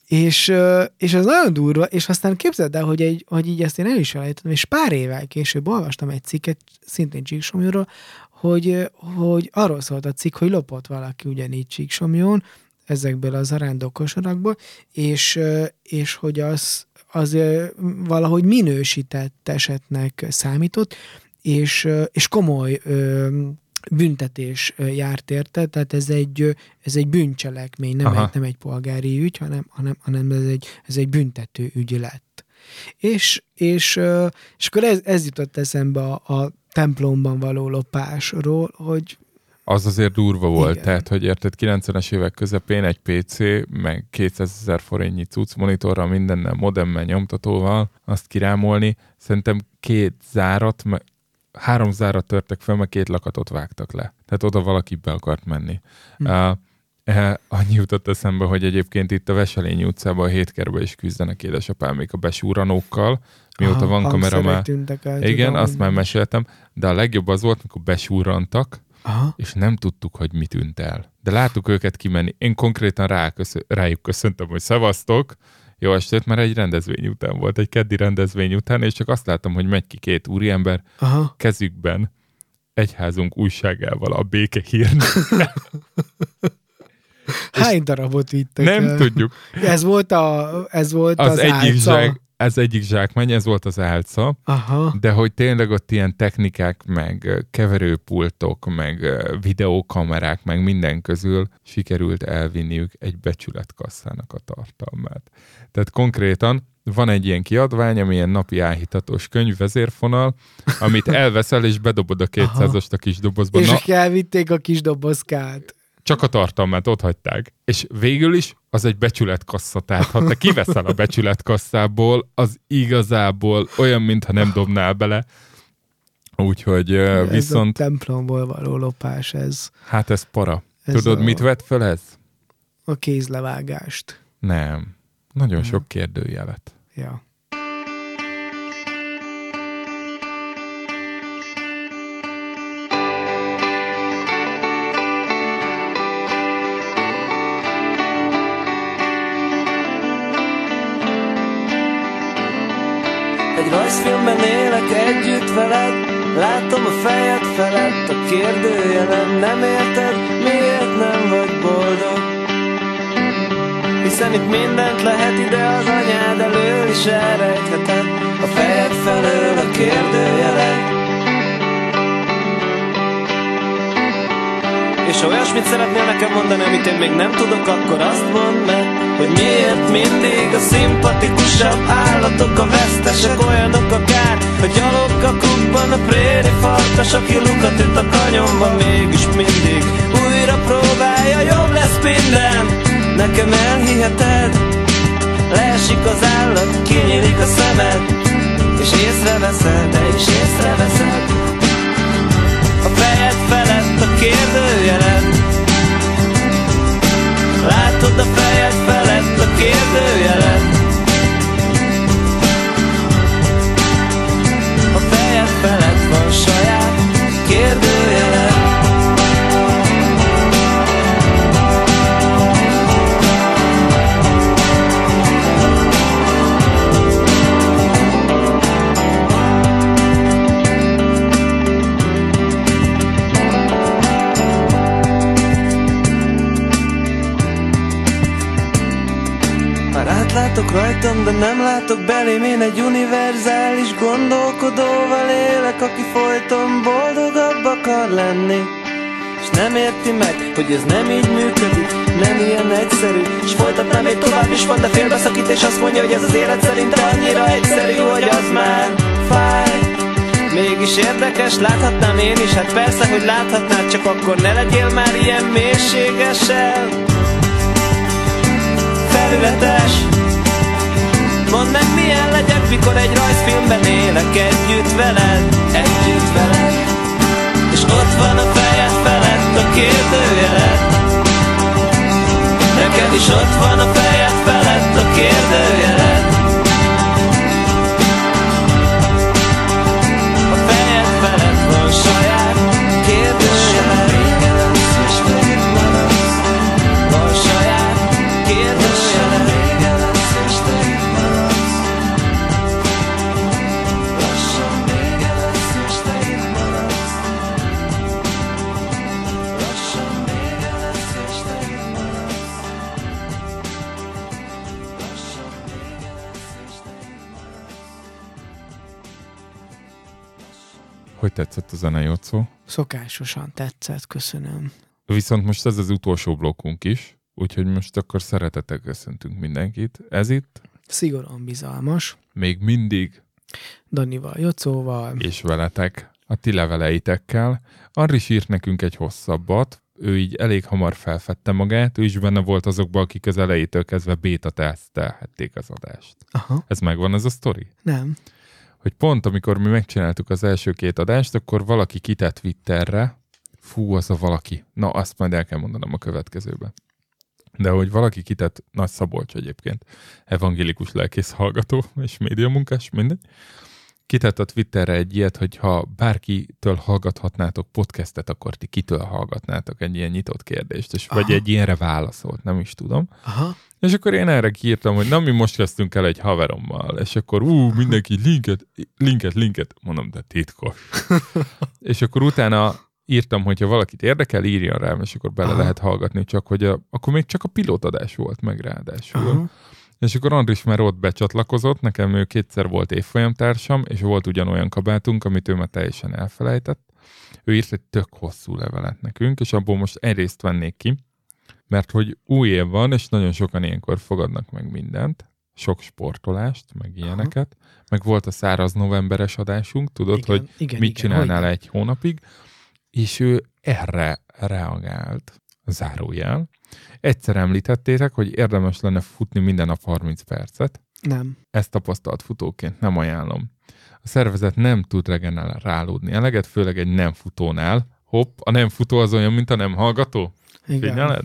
[SPEAKER 1] És, ö, és az nagyon durva, és aztán képzeld el, hogy, egy, hogy így ezt én el is elejtettem, és pár évvel később olvastam egy cikket, szintén Csíksomjóról, hogy, ö, hogy arról szólt a cikk, hogy lopott valaki ugyanígy Csíksomjón, ezekből az arándok kosarakból, és, ö, és hogy az, az ö, valahogy minősített esetnek számított, és, ö, és komoly ö, büntetés ö, járt érte, tehát ez egy, ö, ez egy bűncselekmény, nem,
[SPEAKER 2] Aha.
[SPEAKER 1] egy, nem egy polgári ügy, hanem, hanem, hanem ez, egy, ez egy büntető ügy lett. És, és, ö, és akkor ez, ez jutott eszembe a, a templomban való lopásról, hogy
[SPEAKER 2] Az azért durva volt,
[SPEAKER 1] Igen.
[SPEAKER 2] tehát hogy érted, 90-es évek közepén egy PC, meg 200 ezer forintnyi cucc monitorral, mindennel, modemmel, nyomtatóval, azt kirámolni, szerintem két zárat, me- három zárat törtek fel, meg két lakatot vágtak le. Tehát oda valaki be akart menni.
[SPEAKER 1] Hm.
[SPEAKER 2] Hm. Uh, uh, annyi jutott eszembe, hogy egyébként itt a Veselényi utcában a hétkerben is küzdenek édesapámék a besúranókkal, mióta
[SPEAKER 1] aha,
[SPEAKER 2] van kamera
[SPEAKER 1] hangszerek
[SPEAKER 2] már.
[SPEAKER 1] Tűntek el,
[SPEAKER 2] Igen,
[SPEAKER 1] tudom,
[SPEAKER 2] azt
[SPEAKER 1] hogy-
[SPEAKER 2] már meséltem, de a legjobb az volt, mikor besúrantak,
[SPEAKER 1] Aha.
[SPEAKER 2] és nem tudtuk, hogy mit tűnt el. De láttuk őket kimenni. Én konkrétan rá köszö- rájuk köszöntem, hogy szevasztok, jó estét, mert egy rendezvény után volt, egy keddi rendezvény után, és csak azt láttam, hogy megy ki két úriember
[SPEAKER 1] Aha.
[SPEAKER 2] kezükben egyházunk újságával a békehírnek.
[SPEAKER 1] Hány darabot vittek?
[SPEAKER 2] Nem
[SPEAKER 1] el?
[SPEAKER 2] tudjuk.
[SPEAKER 1] Ez volt, a, ez volt az,
[SPEAKER 2] Az, egyik
[SPEAKER 1] álca?
[SPEAKER 2] zsák, ez egyik zsákmány, ez volt az álca,
[SPEAKER 1] Aha.
[SPEAKER 2] de hogy tényleg ott ilyen technikák, meg ö, keverőpultok, meg ö, videókamerák, meg minden közül sikerült elvinniük egy becsületkasszának a tartalmát. Tehát konkrétan van egy ilyen kiadvány, ami ilyen napi áhítatós könyv, vezérfonal, amit elveszel és bedobod a 200-ast a kis dobozba.
[SPEAKER 1] És
[SPEAKER 2] Na,
[SPEAKER 1] Na. elvitték a kis dobozkát.
[SPEAKER 2] csak a tartalmát ott hagyták. És végül is az egy becsületkassa, tehát ha te kiveszel a becsületkasszából, az igazából olyan, mintha nem dobnál bele. Úgyhogy ö,
[SPEAKER 1] Ez
[SPEAKER 2] viszont,
[SPEAKER 1] a templomból való lopás, ez.
[SPEAKER 2] hát ez para.
[SPEAKER 1] ez
[SPEAKER 2] Tudod,
[SPEAKER 1] a,
[SPEAKER 2] mit vett fel ez?
[SPEAKER 1] A kézlevágást.
[SPEAKER 2] Nem. Nagyon
[SPEAKER 1] Nem.
[SPEAKER 2] sok kérdőjelet.
[SPEAKER 1] Ja.
[SPEAKER 3] Egy rajzfilmben élek együtt veled Látom a fejed felett a kérdőjelem Nem érted, miért nem vagy boldog Hiszen itt mindent lehet ide az anyád elől is elrejtheted A fejed felől a kérdőjeled És ha olyasmit szeretnél nekem mondani, amit én még nem tudok, akkor azt mondd meg, hogy miért mindig a szimpatikusabb állatok a vesztesek, olyanok akár, a gyalog a klubban, a préri farkas, aki lukat üt a kanyonban, mégis mindig újra próbálja, jobb lesz minden, nekem elhiheted, leesik az állat, kinyílik a szemed, és észreveszed, te is észreveszed, a fejed felett a kérdőjeled Látod a fejed felett a kérdőjeled A fejed látok rajtam, de nem látok belém Én egy univerzális gondolkodóval élek Aki folyton boldogabb akar lenni és nem érti meg, hogy ez nem így működik Nem ilyen egyszerű És folytatnám még tovább is van, de félbeszakít És azt mondja, hogy ez az élet szerint annyira egyszerű Hogy az már fáj Mégis érdekes, láthatnám én is Hát persze, hogy láthatnád, csak akkor ne legyél már ilyen mélységesen Felületes Mondd meg milyen legyek, mikor egy rajzfilmben élek Együtt veled, együtt veled és ott van a fejed felett a kérdőjeled Neked is ott van a fejed felett a kérdőjeled A fejed felett van saját kérdőjeled Van saját kérdőjeled Lassan vége lesz, és te itt maradsz Lassan vége lesz, és te itt maradsz. Lassan vége lesz, és te itt maradsz.
[SPEAKER 2] Hogy tetszett a zene, Jocó?
[SPEAKER 1] Szokásosan tetszett, köszönöm.
[SPEAKER 2] Viszont most ez az utolsó blokkunk is, úgyhogy most akkor szeretettel köszöntünk mindenkit. Ez itt
[SPEAKER 1] Szigorúan bizalmas.
[SPEAKER 2] még mindig,
[SPEAKER 1] Danival, Jocóval.
[SPEAKER 2] és veletek, a ti leveleitekkel. Arris írt nekünk egy hosszabbat, ő így elég hamar felfedte magát, ő is benne volt azokban, akik az elejétől kezdve béta tesztelhették az adást.
[SPEAKER 1] Aha.
[SPEAKER 2] Ez megvan ez a sztori?
[SPEAKER 1] Nem.
[SPEAKER 2] hogy pont amikor mi megcsináltuk az első két adást, akkor valaki kitett Twitterre, fú, az a valaki. Na, azt majd el kell mondanom a következőben. De hogy valaki kitett, Nagy Szabolcs egyébként, evangélikus lelkész hallgató és médiamunkás, mindegy, kitett a Twitterre egy ilyet, hogy ha bárkitől hallgathatnátok podcastet, akkor ti kitől hallgatnátok egy ilyen nyitott kérdést, és vagy
[SPEAKER 1] Aha.
[SPEAKER 2] egy ilyenre válaszolt, nem is tudom.
[SPEAKER 1] Aha.
[SPEAKER 2] És akkor én erre kiírtam, hogy na, mi most kezdtünk el egy haverommal, és akkor ú, mindenki linket, linket, linket, mondom, de titkos. és akkor utána írtam, hogyha valakit érdekel, írjon rám, és akkor bele
[SPEAKER 1] Aha.
[SPEAKER 2] lehet hallgatni, csak hogy a, akkor még csak a pilótadás volt meg ráadásul.
[SPEAKER 1] Aha.
[SPEAKER 2] És akkor Andris már ott becsatlakozott, nekem ő kétszer volt évfolyamtársam, és volt ugyanolyan kabátunk, amit ő már teljesen elfelejtett. Ő írt egy tök hosszú levelet nekünk, és abból most egyrészt vennék ki, mert hogy új év van, és nagyon sokan ilyenkor fogadnak meg mindent, sok sportolást, meg ilyeneket, meg volt a száraz novemberes adásunk, tudod,
[SPEAKER 1] Igen,
[SPEAKER 2] hogy
[SPEAKER 1] igen,
[SPEAKER 2] mit
[SPEAKER 1] igen, hogy
[SPEAKER 2] csinálnál
[SPEAKER 1] nem.
[SPEAKER 2] egy hónapig, és ő erre reagált, zárójel. Egyszer említettétek, hogy érdemes lenne futni minden nap 30 percet,
[SPEAKER 1] Nem.
[SPEAKER 2] ezt tapasztalt futóként nem ajánlom. A szervezet nem tud regenerálódni eleget, főleg egy nem futónál. Hopp, a nem futó az olyan, mint a nem hallgató.
[SPEAKER 1] Igen.
[SPEAKER 2] Figyeled?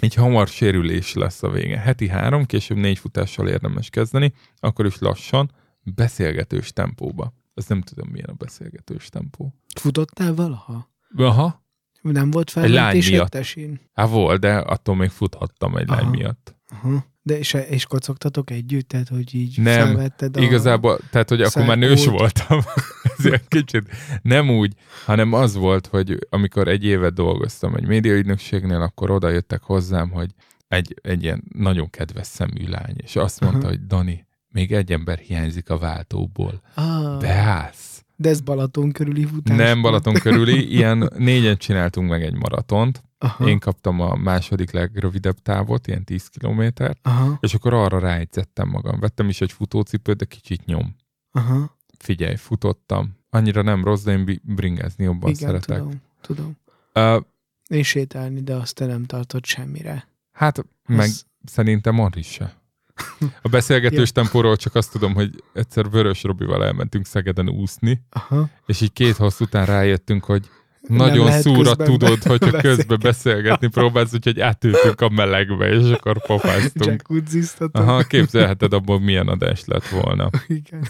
[SPEAKER 2] Így hamar sérülés lesz a vége. Heti három, később négy futással érdemes kezdeni, akkor is lassan, beszélgetős tempóba. Ezt nem tudom, milyen a beszélgetős tempó.
[SPEAKER 1] Futottál valaha?
[SPEAKER 2] Aha.
[SPEAKER 1] Nem volt
[SPEAKER 2] lány
[SPEAKER 1] felmentés
[SPEAKER 2] miatt.
[SPEAKER 1] értesin?
[SPEAKER 2] Há, Hát volt, de attól még futhattam egy lány
[SPEAKER 1] Aha.
[SPEAKER 2] miatt.
[SPEAKER 1] Aha. De és, és kocogtatok együtt, tehát hogy így
[SPEAKER 2] Nem,
[SPEAKER 1] felvetted a...
[SPEAKER 2] Igazából, tehát, hogy akkor már nős
[SPEAKER 1] Szerkót.
[SPEAKER 2] voltam. Ezért kicsit nem úgy, hanem az volt, hogy amikor egy évet dolgoztam egy médiaügynökségnél, akkor oda jöttek hozzám, hogy egy, egy ilyen nagyon kedves szemű lány, és azt mondta,
[SPEAKER 1] Aha.
[SPEAKER 2] hogy Dani, még egy ember hiányzik a váltóból.
[SPEAKER 1] Ah, de...
[SPEAKER 2] Beállsz.
[SPEAKER 1] de ez Balaton körüli futás.
[SPEAKER 2] Nem
[SPEAKER 1] volt.
[SPEAKER 2] Balaton körüli, ilyen négyen csináltunk meg egy maratont.
[SPEAKER 1] Aha.
[SPEAKER 2] Én kaptam a második legrövidebb távot, ilyen 10 kilométer,
[SPEAKER 1] Aha.
[SPEAKER 2] és akkor arra rájegyzettem magam. Vettem is egy futócipőt, de kicsit nyom.
[SPEAKER 1] Aha.
[SPEAKER 2] Figyelj, futottam. Annyira nem rossz, de én bi- bringázni jobban
[SPEAKER 1] Igen,
[SPEAKER 2] Igen, szeretek.
[SPEAKER 1] tudom. Tudom.
[SPEAKER 2] Uh,
[SPEAKER 1] Én sétálni, de azt te nem tartott semmire.
[SPEAKER 2] hát, meg
[SPEAKER 1] Az-
[SPEAKER 2] szerintem Aris se. A beszélgetős tempóról csak azt tudom, hogy egyszer Vörös Robival elmentünk Szegeden úszni,
[SPEAKER 1] Aha.
[SPEAKER 2] és így két hossz után rájöttünk, hogy
[SPEAKER 1] Nem
[SPEAKER 2] nagyon
[SPEAKER 1] lehet
[SPEAKER 2] szúra
[SPEAKER 1] közben
[SPEAKER 2] tudod, hogyha
[SPEAKER 1] beszélgetni.
[SPEAKER 2] közben beszélgetni próbálsz, úgyhogy átültünk a melegbe, és akkor pofáztunk.
[SPEAKER 1] Jacuzziztatok.
[SPEAKER 2] Aha, képzelheted abból, milyen adás lett volna.
[SPEAKER 1] Igen.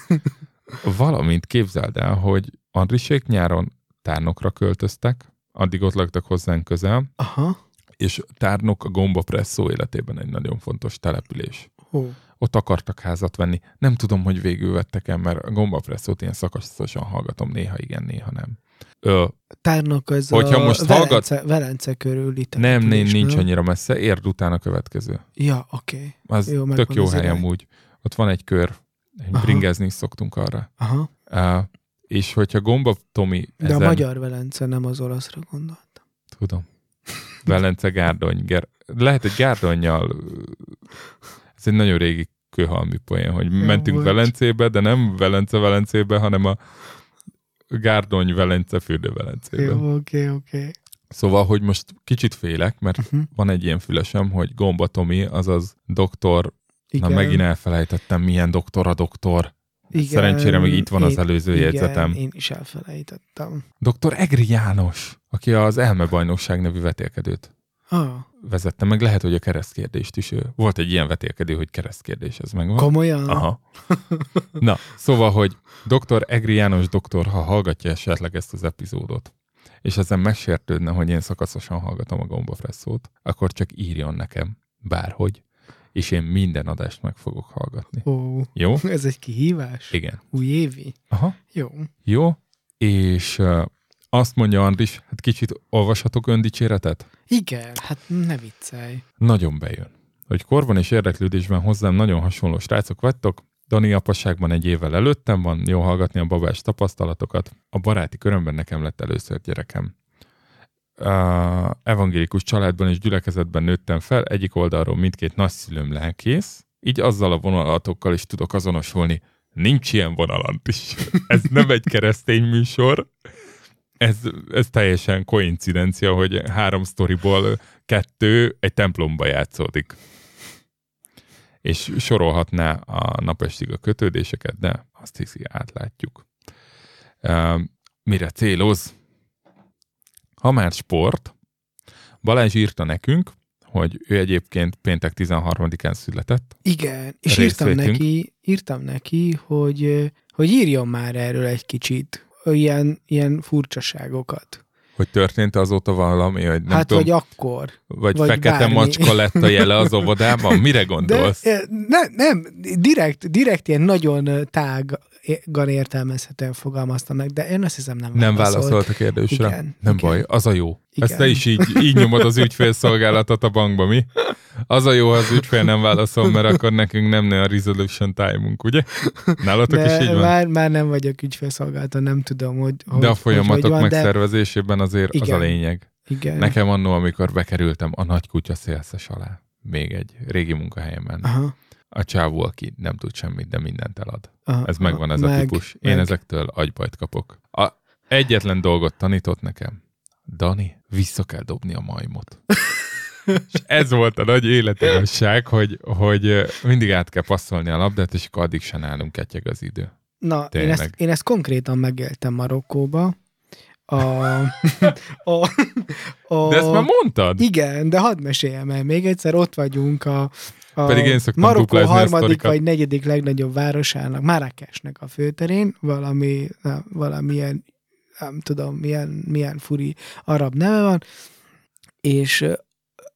[SPEAKER 2] Valamint képzeld el, hogy Andrisék nyáron tárnokra költöztek, addig ott laktak hozzánk közel,
[SPEAKER 1] Aha.
[SPEAKER 2] és tárnok a Gomba Presszó életében egy nagyon fontos település.
[SPEAKER 1] Hó.
[SPEAKER 2] Ott akartak házat venni. Nem tudom, hogy végül vettek el, mert a Gomba Presszót ilyen szakaszosan hallgatom, néha igen, néha nem. Ö,
[SPEAKER 1] Tárnok az
[SPEAKER 2] Hogyha
[SPEAKER 1] a
[SPEAKER 2] most
[SPEAKER 1] Velence,
[SPEAKER 2] hallgat-
[SPEAKER 1] Velence körül itt. a
[SPEAKER 2] nem,
[SPEAKER 1] település,
[SPEAKER 2] nincs, nincs annyira messze, érd utána a következő.
[SPEAKER 1] Ja, oké. Okay.
[SPEAKER 2] Az
[SPEAKER 1] Jó,
[SPEAKER 2] jó,
[SPEAKER 1] megvan
[SPEAKER 2] tök jó
[SPEAKER 1] az
[SPEAKER 2] hely
[SPEAKER 1] irány.
[SPEAKER 2] amúgy. Ott van egy kör,
[SPEAKER 1] Aha.
[SPEAKER 2] bringezni is szoktunk arra.
[SPEAKER 1] Aha.
[SPEAKER 2] Uh, és hogyha gomba Tomi
[SPEAKER 1] De
[SPEAKER 2] ezen,
[SPEAKER 1] a magyar Velence, nem az olaszra gondoltam.
[SPEAKER 2] Tudom. Velence Gárdony. Ger- Lehet, hogy Gárdonyjal... ö, Ez egy nagyon régi kőhalmi poén, hogy
[SPEAKER 1] Jó
[SPEAKER 2] mentünk
[SPEAKER 1] volt.
[SPEAKER 2] Velencébe, de nem Velence-Velencébe, hanem a Gárdony-Velence fürdő-Velencébe.
[SPEAKER 1] oké, oké.
[SPEAKER 2] Szóval, hogy most kicsit félek, mert
[SPEAKER 1] Mhm.
[SPEAKER 2] van egy ilyen fülesem, hogy Gomba Tomi, azaz doktor, Igen. na megint elfelejtettem, milyen doktor a doktor. Igen. Szerencsére még itt van az előző
[SPEAKER 1] igen,
[SPEAKER 2] jegyzetem.
[SPEAKER 1] én is elfelejtettem.
[SPEAKER 2] Dr. Egri János, aki az elmebajnokság nevű vetélkedőt
[SPEAKER 1] Ah,
[SPEAKER 2] vezette meg, lehet, hogy a keresztkérdést is ő. Volt egy ilyen vetélkedő, hogy keresztkérdés, ez megvan.
[SPEAKER 1] komolyan?
[SPEAKER 2] Aha. Na, szóval, hogy dr. Egri János doktor, ha hallgatja esetleg ezt az epizódot, és ezen megsértődne, hogy én szakaszosan hallgatom a gombafresszót, akkor csak írjon nekem, bárhogy, és én minden adást meg fogok hallgatni.
[SPEAKER 1] Ó,
[SPEAKER 2] Jó?
[SPEAKER 1] ez egy kihívás?
[SPEAKER 2] Igen.
[SPEAKER 1] Újévi?
[SPEAKER 2] Aha.
[SPEAKER 1] Jó.
[SPEAKER 2] Jó? És ö, azt mondja Andris, hát kicsit olvashatok öndicséretet?
[SPEAKER 1] Igen, hát ne viccelj.
[SPEAKER 2] nagyon bejön. Hogy korban és érdeklődésben hozzám nagyon hasonló srácok vagytok, Dani apasságban egy évvel előttem van, jó hallgatni a babás tapasztalatokat. A baráti körömben nekem lett először gyerekem. Uh, evangélikus családban és gyülekezetben nőttem fel, egyik oldalról mindkét nagyszülőm lelkész, így azzal a vonalatokkal is tudok azonosulni. Nincs ilyen vonalant is. Ez nem egy keresztény műsor. Ez, ez teljesen koincidencia, hogy három sztoriból kettő egy templomba játszódik. És sorolhatná a napestig a kötődéseket, de azt hiszi, átlátjuk. Ö, Mire céloz? Ha már sport, Balázs írta nekünk, hogy ő egyébként péntek 13-án született.
[SPEAKER 1] Igen, és írtam
[SPEAKER 2] Részvétünk.
[SPEAKER 1] neki, írtam neki, hogy, hogy írjon már erről egy kicsit, ilyen, ilyen furcsaságokat.
[SPEAKER 2] Hogy történt azóta valami, hogy nem
[SPEAKER 1] hát,
[SPEAKER 2] tudom,
[SPEAKER 1] vagy akkor.
[SPEAKER 2] vagy,
[SPEAKER 1] vagy
[SPEAKER 2] vagy fekete
[SPEAKER 1] bármi.
[SPEAKER 2] bármi. macska lett a jele az óvodában? Mire
[SPEAKER 1] De
[SPEAKER 2] gondolsz?
[SPEAKER 1] eh, ne, nem, direkt, direkt ilyen nagyon eh, tágan értelmezhetően fogalmaztam meg, de én azt hiszem nem
[SPEAKER 2] Nem válaszolt a kérdésre.
[SPEAKER 1] Igen,
[SPEAKER 2] nem
[SPEAKER 1] igen.
[SPEAKER 2] baj, az a jó. Igen.
[SPEAKER 1] Igen.
[SPEAKER 2] Ezt te is így, így nyomod az ügyfélszolgálatot a bankba, mi? Az a jó, ha az ügyfél nem válaszol, mert akkor nekünk nem nő a resolution time-unk, ugye? Nálatok
[SPEAKER 1] De
[SPEAKER 2] is így van.
[SPEAKER 1] már, már nem vagyok ügyfélszolgálata, nem tudom, hogy hogy,
[SPEAKER 2] De a
[SPEAKER 1] hogy-
[SPEAKER 2] folyamatok
[SPEAKER 1] hogy van, de
[SPEAKER 2] megszervezésében azért Igen. az
[SPEAKER 1] Igen.
[SPEAKER 2] a lényeg.
[SPEAKER 1] igen.
[SPEAKER 2] Nekem annó, amikor bekerültem a nagy kutya szélszes alá, még egy régi munkahelyemen,
[SPEAKER 1] Aha,
[SPEAKER 2] a csávó, aki nem tud semmit, de mindent elad.
[SPEAKER 1] aha,
[SPEAKER 2] Ez megvan ez a
[SPEAKER 1] meg,
[SPEAKER 2] típus. Én
[SPEAKER 1] meg.
[SPEAKER 2] ezektől agybajt kapok. A egyetlen dolgot tanított nekem. Dani, vissza kell dobni a majmot. és ez volt a nagy életigazság, hogy, hogy ö, mindig át kell passzolni a labdát, és akkor addig se nálunk ketyeg az idő.
[SPEAKER 1] Na, én
[SPEAKER 2] Tényleg.
[SPEAKER 1] ezt, én ezt konkrétan megéltem Marokkóba. A, a, a,
[SPEAKER 2] De ezt már mondtad?
[SPEAKER 1] igen, de hadd meséljem el. Még egyszer ott vagyunk a, a
[SPEAKER 2] Pedig én szoktam
[SPEAKER 1] Marokkó
[SPEAKER 2] duplázni a
[SPEAKER 1] harmadik
[SPEAKER 2] sztorikat.
[SPEAKER 1] vagy negyedik legnagyobb városának, Marrakesnek a főterén, valami, nem, valamilyen, nem tudom, milyen, milyen furi arab neve van, és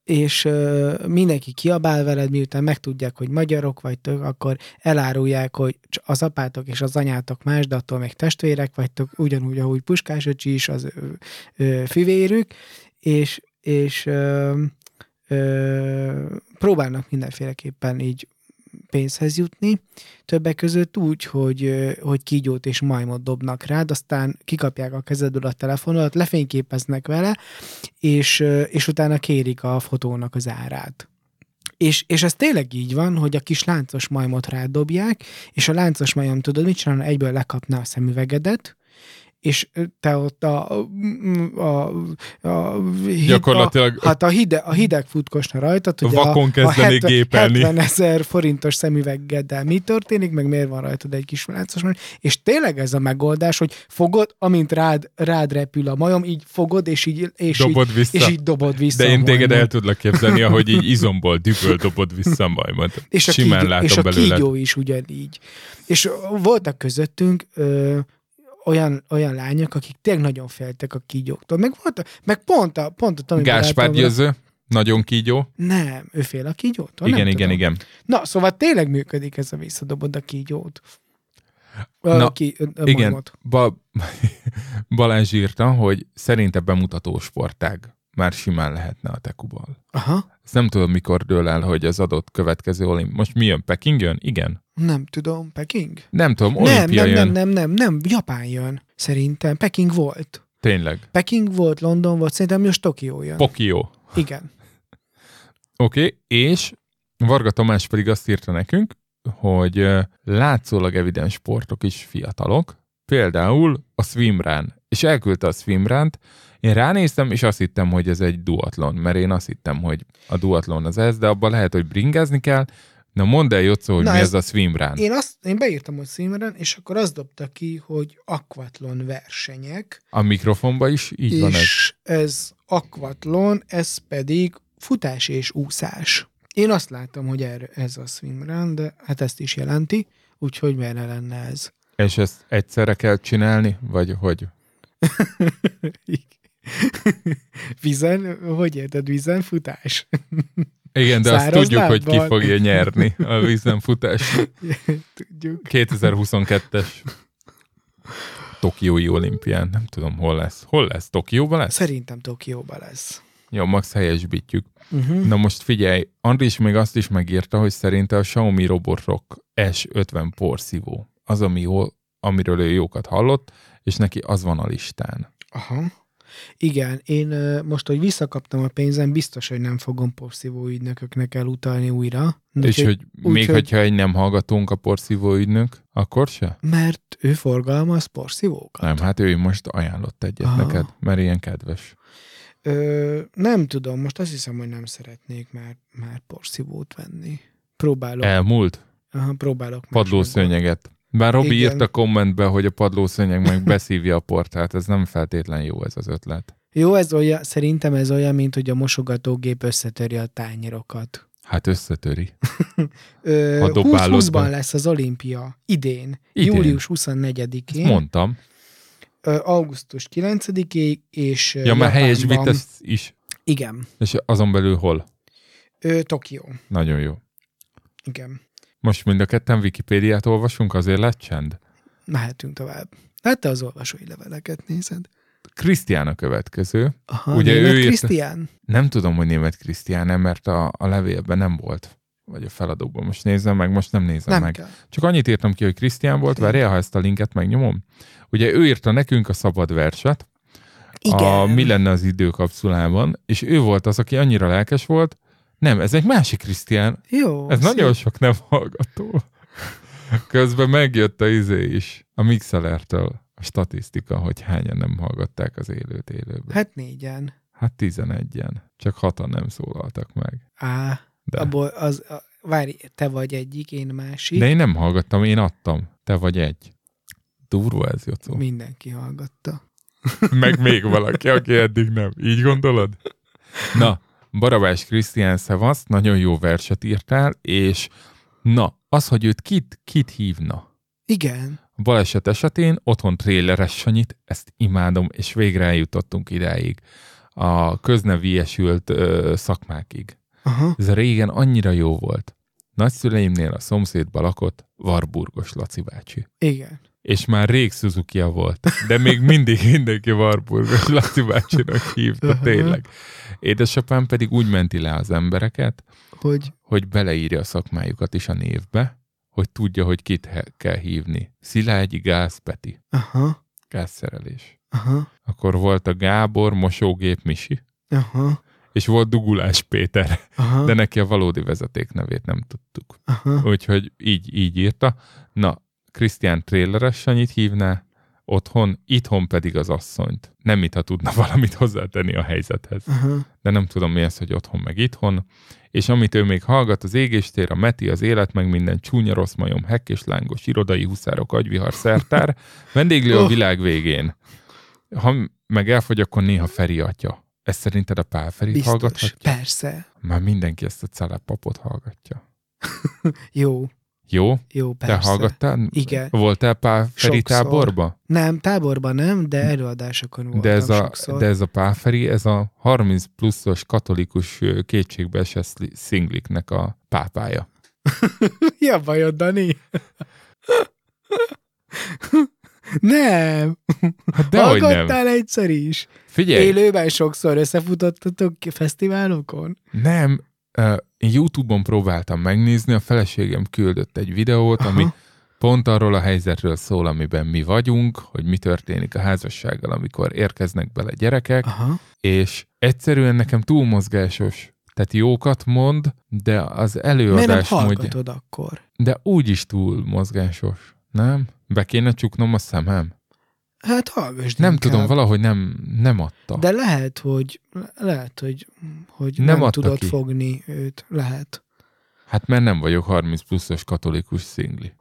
[SPEAKER 1] és ö, mindenki kiabál veled, miután megtudják, hogy magyarok vagytok, akkor elárulják, hogy cs- az apátok és az anyátok más, de attól még testvérek vagytok, ugyanúgy, ahogy Puskás öcsi is az ő, ö, fivérük, és, és ö, ö, próbálnak mindenféleképpen így pénzhez jutni, többek között úgy, hogy, ö, hogy kígyót és majmot dobnak rád, aztán kikapják a kezedből a telefonodat, lefényképeznek vele, és, ö, és utána kérik a fotónak az árát. És, és ez tényleg így van, hogy a kis láncos majmot rádobják, és a láncos majom, tudod, mit csinálna? Egyből lekapná a szemüvegedet, és te ott a, a, a, a
[SPEAKER 2] Gyakorlatilag-
[SPEAKER 1] a, hát a hideg, a hideg futkosna rajtad, hogy
[SPEAKER 2] Vakon
[SPEAKER 1] a, a
[SPEAKER 2] kezdenék gépelni.
[SPEAKER 1] 70 ezer forintos szemüveggel mi történik, meg miért van rajtad egy kis láncos majom. És tényleg ez a megoldás, hogy fogod, amint rád, rád repül a majom, így fogod, és így, és így,
[SPEAKER 2] Dobod vissza.
[SPEAKER 1] és így dobod vissza.
[SPEAKER 2] De
[SPEAKER 1] a
[SPEAKER 2] én téged
[SPEAKER 1] majmot.
[SPEAKER 2] el tudlak képzelni, ahogy így izomból, düböl dobod vissza a majmot.
[SPEAKER 1] és a,
[SPEAKER 2] Simán
[SPEAKER 1] kígyó,
[SPEAKER 2] látom
[SPEAKER 1] és a
[SPEAKER 2] belőled.
[SPEAKER 1] kígyó is ugyanígy. És voltak közöttünk ö, olyan, olyan lányok, akik tényleg nagyon féltek a kígyóktól. Meg, voltak, meg pont a, pont a Tomi
[SPEAKER 2] Gáspár
[SPEAKER 1] barátomra-
[SPEAKER 2] győző, nagyon kígyó.
[SPEAKER 1] Nem, ő fél a kígyótól?
[SPEAKER 2] Igen,
[SPEAKER 1] nem
[SPEAKER 2] igen,
[SPEAKER 1] tudom.
[SPEAKER 2] igen.
[SPEAKER 1] Na, szóval tényleg működik ez a visszadobod a kígyót.
[SPEAKER 2] Na,
[SPEAKER 1] Na, ki, ö,
[SPEAKER 2] igen.
[SPEAKER 1] magmat.
[SPEAKER 2] Ba- Balázs írta, hogy szerinte bemutató sportág már simán lehetne a tekubal.
[SPEAKER 1] Aha,
[SPEAKER 2] Ezt nem tudom, mikor dől el, hogy az adott következő olimp... Most mi jön? Peking jön? Igen.
[SPEAKER 1] nem tudom, Peking?
[SPEAKER 2] Nem tudom,
[SPEAKER 1] Nem,
[SPEAKER 2] olimpia
[SPEAKER 1] nem,
[SPEAKER 2] jön.
[SPEAKER 1] nem, nem, nem, nem, Japán jön, szerintem. Peking volt.
[SPEAKER 2] Tényleg.
[SPEAKER 1] Peking volt, London volt, szerintem most Tokió jön.
[SPEAKER 2] Pokió.
[SPEAKER 1] Igen.
[SPEAKER 2] Oké, okay, és Varga Tamás pedig azt írta nekünk, hogy ö, látszólag evidens sportok is fiatalok, például a swimrán, és elküldte a swimránt, én ránéztem, és azt hittem, hogy ez egy duatlon, mert én azt hittem, hogy a duatlon az ez, de abban lehet, hogy bringázni kell. Na mondd el, Jocó, hogy
[SPEAKER 1] Na,
[SPEAKER 2] mi ez,
[SPEAKER 1] ez-
[SPEAKER 2] ez a swimrán.
[SPEAKER 1] Én, azt, én beírtam, hogy színveren, és akkor azt dobta ki, hogy akvatlon versenyek,
[SPEAKER 2] A mikrofonba is így van ez.
[SPEAKER 1] és ez. ez akvatlon, ez pedig futás és úszás. Én azt láttam, hogy erre, ez a swimrun, de hát ezt is jelenti, úgyhogy miért ne lenne ez?
[SPEAKER 2] És ezt egyszerre kell csinálni, vagy hogy?
[SPEAKER 1] Vizen, hogy érted, vizen futás?
[SPEAKER 2] Igen, de azt
[SPEAKER 1] Száraz
[SPEAKER 2] tudjuk, hogy ki
[SPEAKER 1] lábbal.
[SPEAKER 2] fogja nyerni a vízenfutás.
[SPEAKER 1] Tudjuk.
[SPEAKER 2] 2022-es Tokiói olimpián, nem tudom hol lesz. Hol lesz? Tokióban lesz?
[SPEAKER 1] Szerintem Tokióban lesz.
[SPEAKER 2] Jó, max helyesbítjük.
[SPEAKER 1] Uh-huh.
[SPEAKER 2] Na most figyelj, Andris még azt is megírta, hogy szerinte a Xiaomi Robotrock S50 porszívó az, ami jó, amiről ő jókat hallott, és neki az van a listán.
[SPEAKER 1] Aha. Igen, én ö, most, hogy visszakaptam a pénzem, biztos, hogy nem fogom porszívó ügynököknek elutalni újra.
[SPEAKER 2] és hogy még
[SPEAKER 1] úgyhogy-
[SPEAKER 2] hogyha egy nem hallgatunk a porszívó ügynök, akkor se?
[SPEAKER 1] Mert ő forgalmaz porszívókat.
[SPEAKER 2] Nem, hát ő most ajánlott egyet
[SPEAKER 1] Aha.
[SPEAKER 2] neked, mert ilyen kedves.
[SPEAKER 1] Ö, nem tudom, most azt hiszem, hogy nem szeretnék már, már porszívót venni. Próbálok. El.
[SPEAKER 2] Elmúlt?
[SPEAKER 1] Aha, próbálok. más megoldást.
[SPEAKER 2] Padlószőnyeget. Bár Robi
[SPEAKER 1] Igen.
[SPEAKER 2] írt a kommentbe, hogy a padlószőnyeg meg beszívja a portát, ez nem feltétlen jó ez az ötlet.
[SPEAKER 1] Jó, ez olyan, szerintem ez olyan, mint hogy a mosogatógép összetöri a tányérokat.
[SPEAKER 2] Hát összetöri.
[SPEAKER 1] Ö,
[SPEAKER 2] A dobálódban.
[SPEAKER 1] 20-20-ban lesz az olimpia. Idén.
[SPEAKER 2] Idén.
[SPEAKER 1] Idén. Július
[SPEAKER 2] Ezt
[SPEAKER 1] 24-én.
[SPEAKER 2] mondtam.
[SPEAKER 1] Ö, augusztus 9-ég, és
[SPEAKER 2] Ja, már helyes
[SPEAKER 1] Japánban-
[SPEAKER 2] vitesz is.
[SPEAKER 1] Igen.
[SPEAKER 2] És azon belül hol?
[SPEAKER 1] Ö, Tokió.
[SPEAKER 2] Nagyon jó.
[SPEAKER 1] Igen.
[SPEAKER 2] Most mind a ketten Wikipédiát olvasunk, azért lett csend.
[SPEAKER 1] Mehetünk tovább. Hát te az olvasói leveleket nézed.
[SPEAKER 2] Krisztián a következő.
[SPEAKER 1] Aha,
[SPEAKER 2] Ugye
[SPEAKER 1] német
[SPEAKER 2] ő írta-
[SPEAKER 1] Krisztián?
[SPEAKER 2] Nem tudom, hogy német Krisztián, mert a, a levélben nem volt. Vagy a feladóban. Most nézem meg, most nem nézem
[SPEAKER 1] Nem
[SPEAKER 2] meg.
[SPEAKER 1] kell.
[SPEAKER 2] Csak annyit írtam ki, hogy Krisztián volt, várjál, ha ezt a linket megnyomom. Ugye ő írta nekünk a szabad verset, a
[SPEAKER 1] Igen.
[SPEAKER 2] Mi lenne az időkapszulában, és ő volt az, aki annyira lelkes volt, nem, ez egy másik Krisztián,
[SPEAKER 1] Jó.
[SPEAKER 2] ez
[SPEAKER 1] szép.
[SPEAKER 2] nagyon sok nem hallgató. Közben megjött a izé is, a Mixelertől a statisztika, hogy hányan nem hallgatták az élőt élőben. Hát,
[SPEAKER 1] Hát négyen.
[SPEAKER 2] hát 11-en, csak hatan nem szólaltak meg.
[SPEAKER 1] Á,
[SPEAKER 2] De,
[SPEAKER 1] abból az, a, várj, te vagy egyik, én másik.
[SPEAKER 2] de én nem hallgattam, én adtam. Te vagy egy. Durva ez, Jocó.
[SPEAKER 1] Mindenki hallgatta.
[SPEAKER 2] Meg még valaki, aki eddig nem. Így gondolod? Na, Barabás Krisztián Szevasz, nagyon jó verset írtál, és na, az, hogy őt kit, kit hívna?
[SPEAKER 1] Igen.
[SPEAKER 2] A baleset esetén otthon tréleres Sanyit, ezt imádom, és végre eljutottunk idáig a közneviesült ö, szakmákig.
[SPEAKER 1] Aha.
[SPEAKER 2] Ez régen annyira jó volt. Nagyszüleimnél a szomszédba lakott Varburgos Laci bácsi
[SPEAKER 1] Igen.
[SPEAKER 2] és már rég suzuki volt, de még mindig mindenki Warburg, Laci bácsinak hívta,
[SPEAKER 1] Aha.
[SPEAKER 2] tényleg. Édesapám pedig úgy menti le az embereket,
[SPEAKER 1] Hogy
[SPEAKER 2] hogy beleírja a szakmájukat is a névbe, hogy tudja, hogy kit he- kell hívni. Szilágyi Gáz Peti,
[SPEAKER 1] aha,
[SPEAKER 2] gázszerelés.
[SPEAKER 1] aha,
[SPEAKER 2] Akkor volt a Gábor, Mosógép Misi,
[SPEAKER 1] aha,
[SPEAKER 2] és volt Dugulás Péter,
[SPEAKER 1] aha,
[SPEAKER 2] de neki a valódi vezeték nevét nem tudtuk.
[SPEAKER 1] aha.
[SPEAKER 2] Úgyhogy így, így írta. Na, Krisztián tréleres annyit hívná, otthon, itthon pedig az asszonyt. Nem mintha tudna valamit hozzátenni a helyzethez.
[SPEAKER 1] Aha.
[SPEAKER 2] De nem tudom mi ez, hogy otthon meg itthon. És amit ő még hallgat, az égéstér, a meti, az élet, meg minden csúnya rossz majom, hekk és lángos, irodai huszárok, agyvihar, szertár, vendéglő a
[SPEAKER 1] Oh.
[SPEAKER 2] világ végén. Ha meg elfogy, akkor néha Feri atya. Ez szerinted a Pál Ferit
[SPEAKER 1] Biztos.
[SPEAKER 2] hallgathatja?
[SPEAKER 1] Persze.
[SPEAKER 2] Már mindenki ezt a celepapot hallgatja.
[SPEAKER 1] Jó,
[SPEAKER 2] Jó?
[SPEAKER 1] jó,
[SPEAKER 2] Te
[SPEAKER 1] persze.
[SPEAKER 2] hallgattál?
[SPEAKER 1] Igen.
[SPEAKER 2] Voltál Pálferi
[SPEAKER 1] Sokszor.
[SPEAKER 2] táborba?
[SPEAKER 1] Nem, táborban nem, de előadásokon voltam
[SPEAKER 2] De ez, a,
[SPEAKER 1] sokszor.
[SPEAKER 2] de ez a Pálferi, ez a 30 pluszos katolikus ö, kétségbeesett szli- szingliknek a pápája.
[SPEAKER 1] Mi a bajod, Dani? Nem!
[SPEAKER 2] Hát dehogy nem.
[SPEAKER 1] Hallgattál egyszer is.
[SPEAKER 2] Figyelj,
[SPEAKER 1] Élőben sokszor összefutottatok ki fesztiválokon?
[SPEAKER 2] nem. Uh, én YouTube-on próbáltam megnézni, a feleségem küldött egy videót, Aha. ami
[SPEAKER 1] Aha.
[SPEAKER 2] pont arról a helyzetről szól, amiben mi vagyunk, hogy mi történik a házassággal, amikor érkeznek bele gyerekek,
[SPEAKER 1] Aha.
[SPEAKER 2] és egyszerűen nekem túlmozgásos. Tehát jókat mond, de az
[SPEAKER 1] Miért nem
[SPEAKER 2] előadás módja...
[SPEAKER 1] hallgatod akkor?
[SPEAKER 2] De úgy is túl mozgásos, nem? Be kéne csuknom a szemem?
[SPEAKER 1] Hát hallgass
[SPEAKER 2] Nem
[SPEAKER 1] inkább.
[SPEAKER 2] tudom, valahogy nem, nem adta.
[SPEAKER 1] De lehet, hogy, lehet, hogy, hogy
[SPEAKER 2] Nem
[SPEAKER 1] nem, nem
[SPEAKER 2] adta
[SPEAKER 1] tudod
[SPEAKER 2] ki.
[SPEAKER 1] fogni őt. Lehet.
[SPEAKER 2] Hát mert nem vagyok 30 pluszos katolikus szingli.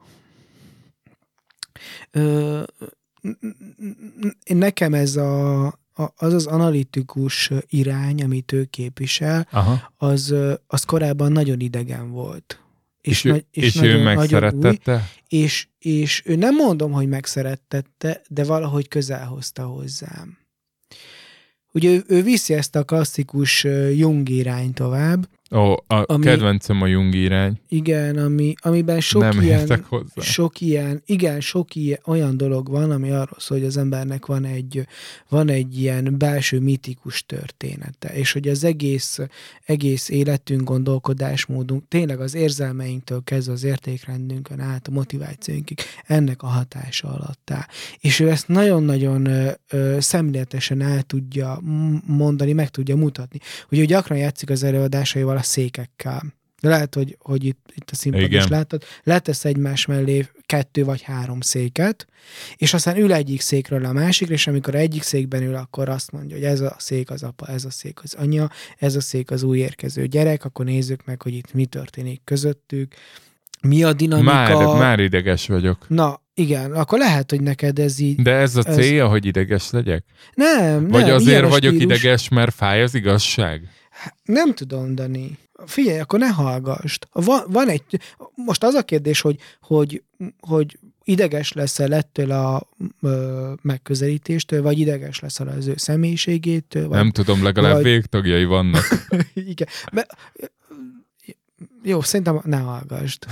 [SPEAKER 1] Ö, n- n- n- nekem ez a, a, az az analitikus irány, amit ő képvisel,
[SPEAKER 2] Aha.
[SPEAKER 1] az, ö, az korábban nagyon idegen volt.
[SPEAKER 2] És, ő, és, és ő
[SPEAKER 1] új,
[SPEAKER 2] megszerettette?
[SPEAKER 1] és, és ő nem mondom, hogy megszerettette, de valahogy közel hozta hozzám. Ugye ő, ő viszi ezt a klasszikus ö, Jung irány tovább,
[SPEAKER 2] Ó, a
[SPEAKER 1] Ami-
[SPEAKER 2] kedvencem a Jung irány.
[SPEAKER 1] igen, ami, amiben sok
[SPEAKER 2] nem
[SPEAKER 1] ilyen...
[SPEAKER 2] értek hozzá.
[SPEAKER 1] Sok ilyen, igen, sok ilyen, olyan dolog van, ami arról szól, hogy az embernek van egy, van egy ilyen belső mitikus története, és hogy az egész, egész életünk, gondolkodásmódunk, tényleg az érzelmeinktől kezdve az értékrendünkön át, a motivációinkig, ennek a hatása alatt áll. És ő ezt nagyon-nagyon ö, ö, szemléletesen el tudja m- mondani, meg tudja mutatni. Ugye ő gyakran játszik az előadásaival a székekkel. De lehet, hogy, hogy itt, itt a színpad
[SPEAKER 2] Igen.
[SPEAKER 1] is látod, letesz egymás mellé kettő vagy három széket, és aztán ül egyik székről a másikra, és amikor egyik székben ül, akkor azt mondja, hogy ez a szék az apa, ez a szék az anya, ez a szék az új érkező gyerek, akkor nézzük meg, hogy itt mi történik közöttük, mi a dinamika.
[SPEAKER 2] Már, már ideges vagyok.
[SPEAKER 1] Na, igen, akkor lehet, hogy neked ez így...
[SPEAKER 2] De ez a
[SPEAKER 1] Ez-
[SPEAKER 2] célja, ez... hogy ideges legyek?
[SPEAKER 1] Nem,
[SPEAKER 2] Vagy
[SPEAKER 1] nem, ilyen
[SPEAKER 2] azért
[SPEAKER 1] a
[SPEAKER 2] vagyok
[SPEAKER 1] stílus.
[SPEAKER 2] ideges, mert fáj az igazság?
[SPEAKER 1] Nem tudom, Dani. Figyelj, akkor ne hallgast. Van, van egy... Most az a kérdés, hogy, hogy, hogy ideges leszel ettől a ö, megközelítéstől, vagy ideges leszel az ő személyiségétől, vagy
[SPEAKER 2] Nem tudom, legalább
[SPEAKER 1] vagy-
[SPEAKER 2] végtagjai vannak.
[SPEAKER 1] Igen. Be... Jó, szerintem ne hallgast.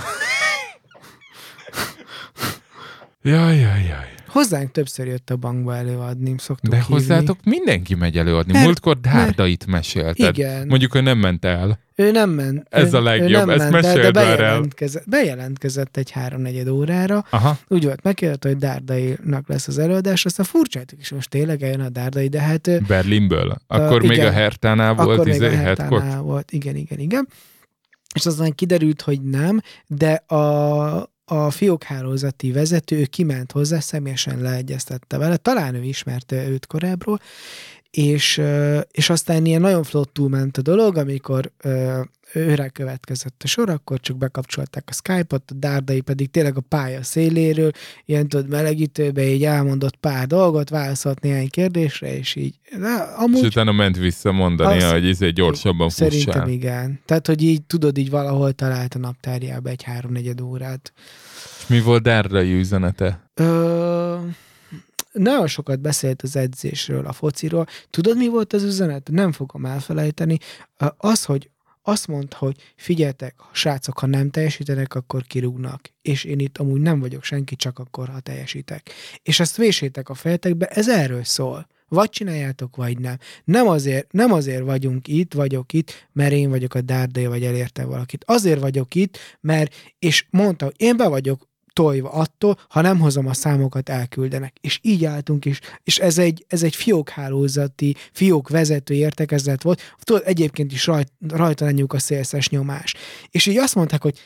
[SPEAKER 2] Jaj, jaj, jaj.
[SPEAKER 1] Hozzánk többször jött a bankba előadni, szoktuk
[SPEAKER 2] De
[SPEAKER 1] hívni.
[SPEAKER 2] hozzátok mindenki megy előadni.
[SPEAKER 1] Mert-
[SPEAKER 2] Múltkor Dárdait mesélted.
[SPEAKER 1] Igen.
[SPEAKER 2] Mondjuk ő nem ment el.
[SPEAKER 1] Ő nem ment.
[SPEAKER 2] Ez
[SPEAKER 1] ő,
[SPEAKER 2] a legjobb,
[SPEAKER 1] ő nem
[SPEAKER 2] ezt
[SPEAKER 1] ment, el, de
[SPEAKER 2] meséld már el.
[SPEAKER 1] bejelentkezett, bejelentkezett egy háromnegyed órára,
[SPEAKER 2] Aha.
[SPEAKER 1] úgy volt megkérdezte, hogy Dárdainak lesz az előadás, aztán furcsátok is, most tényleg eljön a Dárdai, de hát ő,
[SPEAKER 2] Berlinből. Akkor
[SPEAKER 1] Ö,
[SPEAKER 2] még
[SPEAKER 1] igen.
[SPEAKER 2] a Hertánál volt
[SPEAKER 1] akkor még a
[SPEAKER 2] izé, headcourt?
[SPEAKER 1] hetánál volt. Igen, igen, igen. És aztán kiderült, hogy nem, de a, a fiók hálózati vezető ő kiment hozzá, személyesen leegyeztette vele, talán ő ismerte őt korábbról, és, ö, és aztán ilyen nagyon flottul ment a dolog, amikor ö, őre következett a sor, akkor csak bekapcsolták a Skype-ot, a dárdai pedig tényleg a pálya széléről, ilyen tudod melegítőbe így elmondott pár dolgot, válaszolt néhány kérdésre, és így, de amúgy
[SPEAKER 2] És utána ment visszamondani,
[SPEAKER 1] Azt-
[SPEAKER 2] hogy izé gyorsabban
[SPEAKER 1] Szerintem
[SPEAKER 2] fussál.
[SPEAKER 1] igen. Tehát, hogy így tudod, így valahol talált a naptárjába egy háromnegyed órát.
[SPEAKER 2] És mi volt Dárdai üzenete?
[SPEAKER 1] Ö, nagyon sokat beszélt az edzésről, a fociról. Tudod, mi volt az üzenet? Nem fogom elfelejteni. Ö, Az, hogy azt mondta, hogy figyeltek, srácok, ha nem teljesítenek, akkor kirúgnak. És én itt amúgy nem vagyok senki, csak akkor, ha teljesítek. És ezt vésétek a fejetekbe, ez erről szól. Vagy csináljátok, vagy nem. Nem azért, nem azért vagyunk itt, vagyok itt, mert én vagyok a dárdai, vagy elértem valakit. Azért vagyok itt, mert, és mondta, hogy én be vagyok tojva attól, ha nem hozom a számokat, elküldenek. És így álltunk, és, és ez, egy, ez egy fiókhálózati, fiók vezető értekezlet volt. Tudod, egyébként is rajt, rajta lenyúk a szélszes nyomás. És így azt mondták, hogy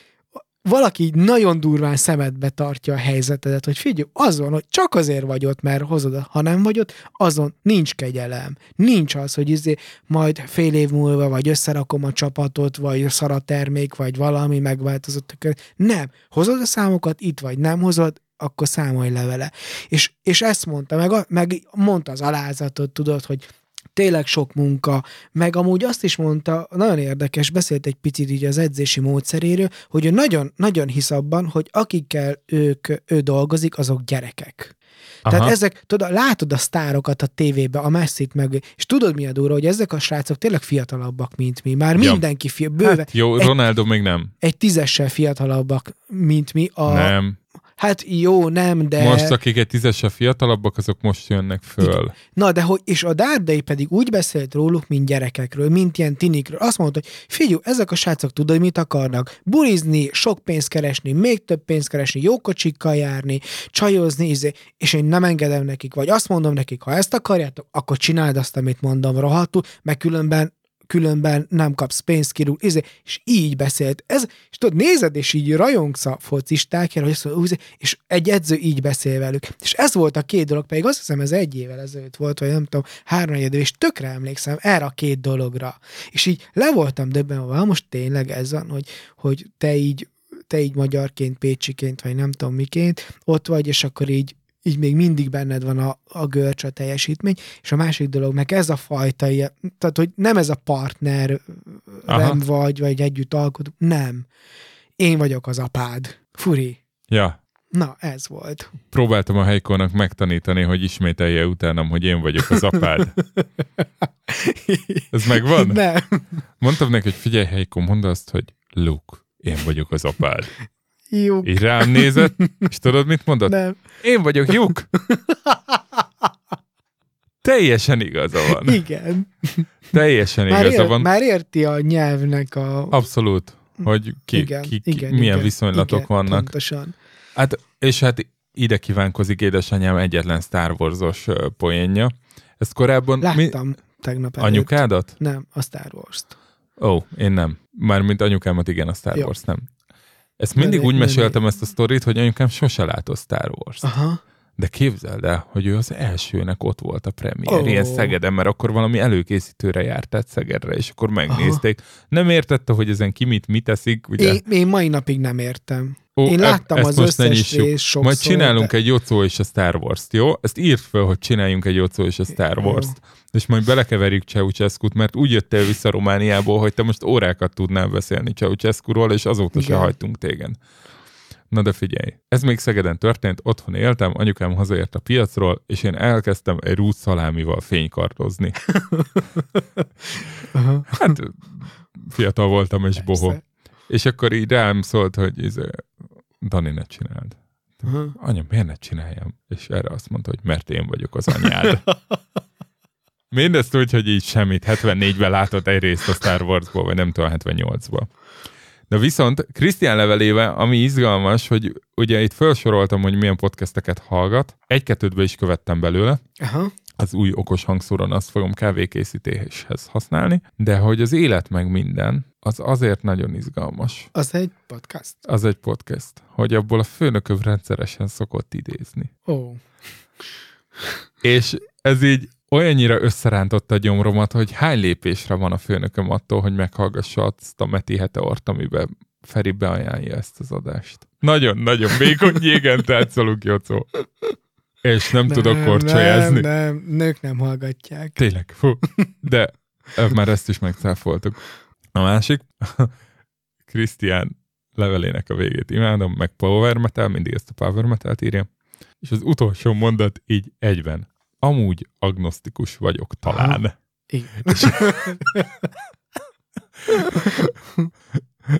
[SPEAKER 1] valaki így nagyon durván szemedbe tartja a helyzetedet, hogy figyelj, azon, hogy csak azért vagy ott, mert hozod, a- ha nem vagy ott, azon nincs kegyelem. Nincs az, hogy izé, majd fél év múlva, vagy összerakom a csapatot, vagy szar a termék, vagy valami megváltozott. a kör. Nem. Hozod a számokat, itt vagy nem hozod, akkor számolj le vele. És, és ezt mondta, meg, a, meg mondta az alázatot, tudod, hogy tényleg sok munka, meg amúgy azt is mondta, nagyon érdekes, beszélt egy picit így az edzési módszeréről, hogy ő nagyon, nagyon hisz abban, hogy akikkel ők, ő dolgozik, azok gyerekek. Aha. Tehát ezek, tudod, látod a sztárokat a tévébe, a messzit meg, és tudod mi a durva, hogy ezek a srácok tényleg fiatalabbak, mint mi. Már
[SPEAKER 2] Ja.
[SPEAKER 1] ja. mindenki fi- bőve, hát.
[SPEAKER 2] Jó,
[SPEAKER 1] egy-
[SPEAKER 2] Ronaldo még nem.
[SPEAKER 1] egy tízessel fiatalabbak, mint mi. A,
[SPEAKER 2] Nem.
[SPEAKER 1] Hát jó, nem, de...
[SPEAKER 2] Most, akik egy tízesre fiatalabbak, azok most jönnek föl.
[SPEAKER 1] Na, de hogy, és a dárdai pedig úgy beszélt róluk, mint gyerekekről, mint ilyen tinikről. Azt mondta, hogy figyú, ezek a srácok tudod, hogy mit akarnak. Bulizni, sok pénzt keresni, még több pénzt keresni, jó kocsikkal járni, csajozni, izé, és én nem engedem nekik, vagy azt mondom nekik, ha ezt akarjátok, akkor csináld azt, amit mondom rohadtul, mert különben különben nem kapsz pénzt, kirúg, izé, és így beszélt. Ez, és tudod, nézed, és így rajongsz a focistákért, hogy azt mondod, izé, és egy edző így beszél velük. És ez volt a két dolog, pedig azt hiszem ez egy évvel ezelőtt volt, vagy nem tudom, három év, és tökre emlékszem erre a két dologra. És így le voltam döbbenve, most tényleg ez van, hogy, hogy te így te így magyarként, pécsiként, vagy nem tudom miként, ott vagy, és akkor így így még mindig benned van a, a görcs, a teljesítmény, és a másik dolog meg ez a fajta, ilyen, tehát hogy nem ez a partner
[SPEAKER 2] Aha.
[SPEAKER 1] nem vagy, vagy együtt alkot, nem. Én vagyok az apád. Furi.
[SPEAKER 2] Ja,
[SPEAKER 1] Na, ez volt.
[SPEAKER 2] próbáltam a Heikónak megtanítani, hogy ismételje utánam, hogy én vagyok az apád. Ez megvan?
[SPEAKER 1] Nem.
[SPEAKER 2] Mondtam neki, hogy figyelj Heikó, mondd azt, hogy Luke, én vagyok az apád.
[SPEAKER 1] Jó.
[SPEAKER 2] Így rám nézett, és tudod, mit mondott?
[SPEAKER 1] Nem.
[SPEAKER 2] Én vagyok Luke. Teljesen igaza van.
[SPEAKER 1] Igen.
[SPEAKER 2] Teljesen
[SPEAKER 1] Már,
[SPEAKER 2] igaza
[SPEAKER 1] ér,
[SPEAKER 2] van.
[SPEAKER 1] már érti a nyelvnek a...
[SPEAKER 2] Abszolút, hogy ki, igen, ki, ki igen, milyen igen, viszonylatok igen, vannak.
[SPEAKER 1] Pontosan.
[SPEAKER 2] Hát, és hát ide kívánkozik édesanyám egyetlen Star Wars-os ö, poénja. Ezt korábban...
[SPEAKER 1] Láttam Mi? tegnap előtt.
[SPEAKER 2] anyukádat?
[SPEAKER 1] Nem, a Star Wars-t.
[SPEAKER 2] Ó, oh, én nem. Mármint anyukámat igen, a Star
[SPEAKER 1] Jó.
[SPEAKER 2] Wars nem. Ezt mindig
[SPEAKER 1] Menő,
[SPEAKER 2] úgy
[SPEAKER 1] menő.
[SPEAKER 2] meséltem ezt a sztorit, hogy anyukám sose látott Star Wars.
[SPEAKER 1] Aha.
[SPEAKER 2] De képzeld el, hogy ő az elsőnek ott volt a premier,
[SPEAKER 1] Ó.
[SPEAKER 2] oh. ilyen Szegeden, mert akkor valami előkészítőre járt át Szegedre, és akkor megnézték. Aha. Nem értette, hogy ezen ki mit, mit eszik, ugye?
[SPEAKER 1] Én, én mai napig nem értem.
[SPEAKER 2] Ó,
[SPEAKER 1] Én
[SPEAKER 2] eb-
[SPEAKER 1] láttam
[SPEAKER 2] ezt
[SPEAKER 1] az
[SPEAKER 2] most ne
[SPEAKER 1] összes
[SPEAKER 2] nyissuk.
[SPEAKER 1] részt sokszor.
[SPEAKER 2] Majd csinálunk
[SPEAKER 1] de-
[SPEAKER 2] egy Jocó és a Star Wars-t, jó? Ezt írd fel, hogy csináljunk egy Jocó és a Star
[SPEAKER 1] Jó.
[SPEAKER 2] Wars-t. És majd belekeverjük Ceausescu-t, mert úgy jöttél vissza Romániából, hogy te most órákat tudnál beszélni Ceausescu-ról, és azóta se
[SPEAKER 1] Igen.
[SPEAKER 2] hagytunk téged. Na de figyelj, ez még Szegeden történt, otthon éltem, anyukám hazaért a piacról, és én elkezdtem egy rút szalámival fénykartozni.
[SPEAKER 1] Aha.
[SPEAKER 2] Hát fiatal voltam, és bohó.
[SPEAKER 1] Persze.
[SPEAKER 2] És akkor így rám szólt, hogy izé, Dani, ne csináld.
[SPEAKER 1] Aha.
[SPEAKER 2] anya, miért ne csináljam? És erre azt mondta, hogy mert én vagyok az anyád. Mindezt úgy, hogy így semmit. 74-ben látott egy részt a Star Wars-ból, vagy nem tudom, 78-ba. De viszont Krisztián levelébe, ami izgalmas, hogy ugye itt felsoroltam, hogy milyen podcasteket hallgat. Egy-kettőtbe is követtem belőle.
[SPEAKER 1] Aha.
[SPEAKER 2] Az új okos hangszóron azt fogom kávékészítéshez használni. De hogy az élet meg minden, az azért nagyon izgalmas
[SPEAKER 1] Az egy podcast.
[SPEAKER 2] az egy podcast, hogy abból a főnököm rendszeresen szokott idézni.
[SPEAKER 1] Ó.
[SPEAKER 2] És ez így olyannyira összerántotta a gyomromat, hogy hány lépésre van a főnököm attól, hogy meghallgassa azt a Meti Heteort, amiben Feri beajánlja ezt az adást. Nagyon-nagyon vékony jégen táncolunk, Jocó. És nem, nem tudok korcsolyázni.
[SPEAKER 1] Nem, nem, nők nem hallgatják.
[SPEAKER 2] Tényleg, fú. De ö, már ezt is megcáfoltuk. A másik, Krisztián levelének a végét imádom, meg Power Metal, mindig ezt a Power metal írja. És az utolsó mondat így egyben. Amúgy agnosztikus vagyok talán.
[SPEAKER 1] Igen.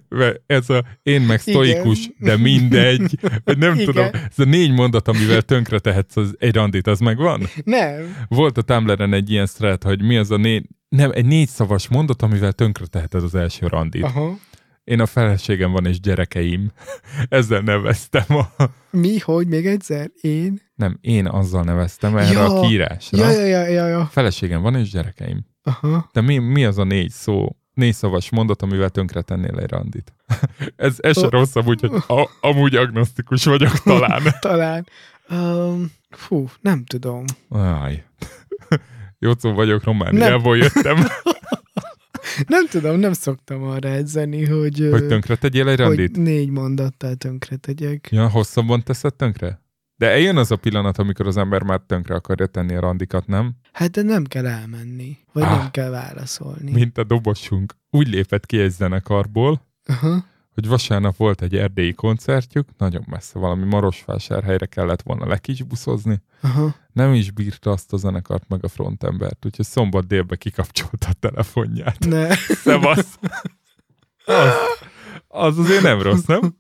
[SPEAKER 2] Mert Ez a én meg sztoikus,
[SPEAKER 1] Igen.
[SPEAKER 2] de mindegy. Vagy Nem
[SPEAKER 1] Igen.
[SPEAKER 2] tudom, ez a négy mondat, amivel tönkre tehetsz az egy randit, az megvan?
[SPEAKER 1] Nem.
[SPEAKER 2] Volt a Tumblr-en egy ilyen thread, hogy mi az a négy, nem, egy négy szavas mondat, amivel tönkre teheted az első randit.
[SPEAKER 1] Aha.
[SPEAKER 2] Én a feleségem van és gyerekeim. Ezzel neveztem a...
[SPEAKER 1] Mi, hogy még egyszer? Én?
[SPEAKER 2] Nem, én azzal neveztem erre ja.
[SPEAKER 1] Ja.
[SPEAKER 2] a kiírásra.
[SPEAKER 1] Ja, ja, ja, ja, ja.
[SPEAKER 2] Feleségem van és gyerekeim.
[SPEAKER 1] Aha.
[SPEAKER 2] De mi, mi az a négy szó, négy szavas mondat, amivel tönkre tennél egy randit? ez, ez se
[SPEAKER 1] Ö-
[SPEAKER 2] rosszabb, úgyhogy a, amúgy agnosztikus vagyok talán.
[SPEAKER 1] Talán. Um, fú, nem tudom.
[SPEAKER 2] Aj. Jócó vagyok, Romániából jöttem,
[SPEAKER 1] Nem tudom, nem szoktam arra edzeni, hogy, ö,
[SPEAKER 2] hogy tönkre tegyél egy
[SPEAKER 1] hogy
[SPEAKER 2] randit.
[SPEAKER 1] négy mondattal tönkre tegyek.
[SPEAKER 2] Ja, hosszabban teszed tönkre? De eljön az a pillanat, amikor az ember már tönkre akarja tenni a randikat, nem?
[SPEAKER 1] Hát de nem kell elmenni, vagy
[SPEAKER 2] Ah.
[SPEAKER 1] nem kell válaszolni.
[SPEAKER 2] Mint a dobosunk. Úgy lépett ki egy zenekarból,
[SPEAKER 1] Aha.
[SPEAKER 2] hogy vasárnap volt egy erdélyi koncertjük, nagyon messze, valami Marosvásárhelyre kellett volna lekisbuszozni,
[SPEAKER 1] Aha.
[SPEAKER 2] nem is bírta azt a zenekart meg a frontembert, úgyhogy szombat délbe kikapcsolta a telefonját.
[SPEAKER 1] Ne.
[SPEAKER 2] Szevasz! Az, az azért nem rossz, nem?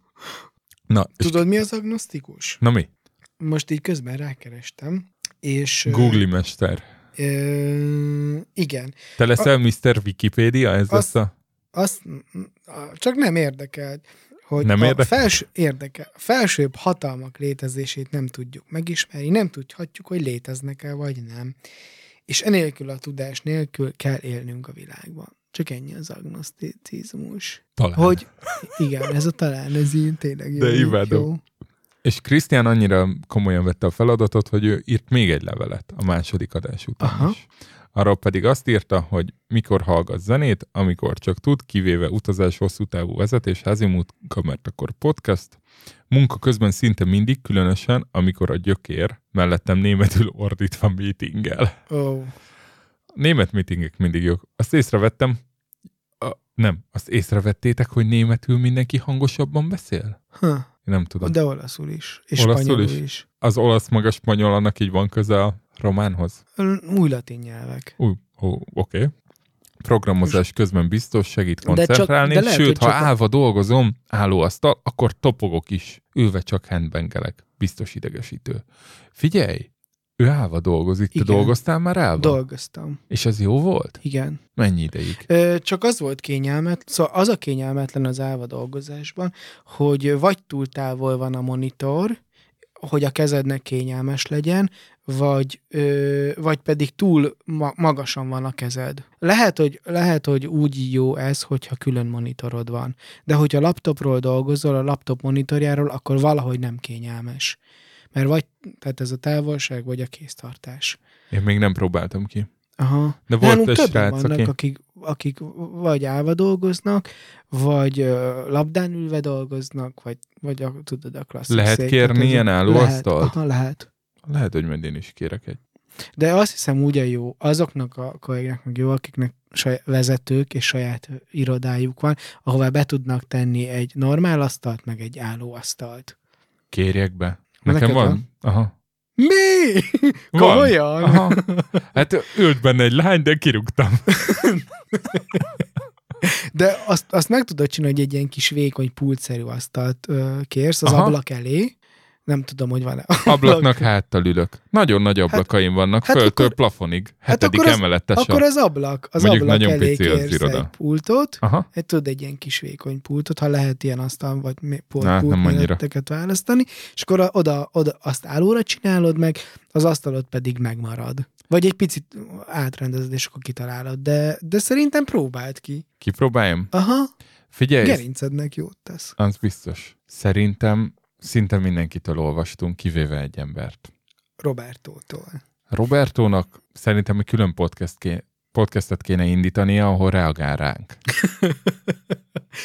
[SPEAKER 2] Na, és-
[SPEAKER 1] Tudod, mi az agnosztikus?
[SPEAKER 2] na mi?
[SPEAKER 1] Most így közben rákerestem, és... ö,
[SPEAKER 2] Google mester.
[SPEAKER 1] Ö, igen.
[SPEAKER 2] Te leszel Mr. Wikipedia? Ez
[SPEAKER 1] Azt-
[SPEAKER 2] lesz a...
[SPEAKER 1] Azt a- csak nem érdekel, hogy
[SPEAKER 2] Nem
[SPEAKER 1] a
[SPEAKER 2] érdekel?
[SPEAKER 1] Fels, érdekel, felsőbb hatalmak létezését nem tudjuk megismerni, nem tudhatjuk, hogy léteznek-e vagy nem. És enélkül a tudás nélkül kell élnünk a világban. Csak ennyi az agnoszticizmus.
[SPEAKER 2] Talán.
[SPEAKER 1] Hogy igen, ez a talán, ez így tényleg jó.
[SPEAKER 2] De
[SPEAKER 1] így
[SPEAKER 2] imádom.
[SPEAKER 1] jó.
[SPEAKER 2] És Krisztián annyira komolyan vette a feladatot, hogy ő írt még egy levelet a második adás után Aha.
[SPEAKER 1] Aha.
[SPEAKER 2] is. Arról pedig azt írta, hogy mikor hallgat zenét, amikor csak tud, kivéve utazás, hosszú távú vezetés, házi munka, mert akkor podcast. Munka közben szinte mindig, különösen, amikor a gyökér mellettem németül ordítva meetinggel.
[SPEAKER 1] Ó,
[SPEAKER 2] Német meetingek mindig jók. Azt észrevettem, a, nem, azt észrevettétek, hogy németül mindenki hangosabban beszél?
[SPEAKER 1] ha,
[SPEAKER 2] Én nem tudom.
[SPEAKER 1] de olaszul is, és
[SPEAKER 2] Olaszul
[SPEAKER 1] spanyolul
[SPEAKER 2] is?
[SPEAKER 1] is.
[SPEAKER 2] az olasz meg a spanyol, annak így van köze a románhoz?
[SPEAKER 1] Ö, Új latin nyelvek.
[SPEAKER 2] Ú, ó, oké. Programozás közben biztos segít
[SPEAKER 1] De csak-
[SPEAKER 2] koncentrálni,
[SPEAKER 1] de
[SPEAKER 2] de csak,
[SPEAKER 1] lehet,
[SPEAKER 2] de sőt,
[SPEAKER 1] hogy
[SPEAKER 2] ha
[SPEAKER 1] csak-
[SPEAKER 2] állva dolgozom, állóasztal, akkor topogok is, ülve csak handbengelek. Biztos idegesítő. Figyelj, ő állva dolgozik, te
[SPEAKER 1] Igen.
[SPEAKER 2] dolgoztál már állva?
[SPEAKER 1] Dolgoztam.
[SPEAKER 2] És ez jó volt?
[SPEAKER 1] Igen.
[SPEAKER 2] Mennyi ideig?
[SPEAKER 1] Ö, Csak az volt kényelmet, szóval az a kényelmetlen az állva dolgozásban, hogy vagy túl távol van a monitor, hogy a kezednek kényelmes legyen, vagy, ö, vagy pedig túl ma- magasan van a kezed. Lehet hogy, lehet, hogy úgy jó ez, hogyha külön monitorod van. De hogyha laptopról dolgozol, a laptop monitorjáról, akkor valahogy nem kényelmes. Mert vagy, tehát ez a távolság, vagy a kéztartás.
[SPEAKER 2] Én még nem próbáltam ki.
[SPEAKER 1] Aha.
[SPEAKER 2] De
[SPEAKER 1] Nálunk
[SPEAKER 2] volt egy
[SPEAKER 1] többen
[SPEAKER 2] srác,
[SPEAKER 1] vannak,
[SPEAKER 2] aki...
[SPEAKER 1] akik, akik vagy állva dolgoznak, vagy ö, labdán ülve dolgoznak, vagy, vagy a, tudod, a klasszik
[SPEAKER 2] Lehet
[SPEAKER 1] szék,
[SPEAKER 2] kérni
[SPEAKER 1] tehát ez-
[SPEAKER 2] ilyen
[SPEAKER 1] lehet,
[SPEAKER 2] állóasztalt?
[SPEAKER 1] aha, lehet.
[SPEAKER 2] Lehet, hogy majd én is kérek egy.
[SPEAKER 1] De azt hiszem úgy a jó, azoknak a kollégáknak jó, akiknek saj, vezetők és saját irodájuk van, ahová be tudnak tenni egy normál asztalt, meg egy állóasztalt.
[SPEAKER 2] Kérjek be.
[SPEAKER 1] Na,
[SPEAKER 2] Nekem
[SPEAKER 1] neked
[SPEAKER 2] van?
[SPEAKER 1] van?
[SPEAKER 2] Aha.
[SPEAKER 1] Mi?
[SPEAKER 2] Van.
[SPEAKER 1] Komolyan?
[SPEAKER 2] Aha. Hát ült benne egy lány, de kirúgtam.
[SPEAKER 1] De azt, azt meg tudod csinálni, hogy egy ilyen kis vékony pultszerű asztalt ö, kérsz az
[SPEAKER 2] Aha.
[SPEAKER 1] Aha. ablak elé. Nem tudom, hogy van-e.
[SPEAKER 2] Ablaknak háttal ülök. Nagyon nagy ablakaim vannak,
[SPEAKER 1] hát
[SPEAKER 2] föltől
[SPEAKER 1] akkor- hát
[SPEAKER 2] plafonig. Hetedik
[SPEAKER 1] akkor az-
[SPEAKER 2] emelette
[SPEAKER 1] Akkor az ablak, az Mondjuk
[SPEAKER 2] Mondjuk
[SPEAKER 1] ablak
[SPEAKER 2] nagyon
[SPEAKER 1] elé
[SPEAKER 2] pici az
[SPEAKER 1] kérsz
[SPEAKER 2] iroda.
[SPEAKER 1] egy pultot,
[SPEAKER 2] Aha.
[SPEAKER 1] egy, tudod, egy ilyen kis vékony pultot, ha lehet ilyen asztal, vagy mi- pult,
[SPEAKER 2] Na,
[SPEAKER 1] Na,
[SPEAKER 2] hát
[SPEAKER 1] pult
[SPEAKER 2] nem annyira.
[SPEAKER 1] méreteket választani, és akkor a- oda, oda azt állóra csinálod meg, az asztalod pedig megmarad. Vagy egy picit átrendezed, és akkor kitalálod, de, de szerintem próbáld ki.
[SPEAKER 2] Kipróbáljam?
[SPEAKER 1] Aha,
[SPEAKER 2] Figyelj,
[SPEAKER 1] gerincednek jót tesz.
[SPEAKER 2] az biztos. Szerintem szinte mindenkitől olvastunk, kivéve egy embert.
[SPEAKER 1] Robertótól.
[SPEAKER 2] Robertónak szerintem egy külön podcast ké- podcastet kéne indítania, ahol reagál ránk.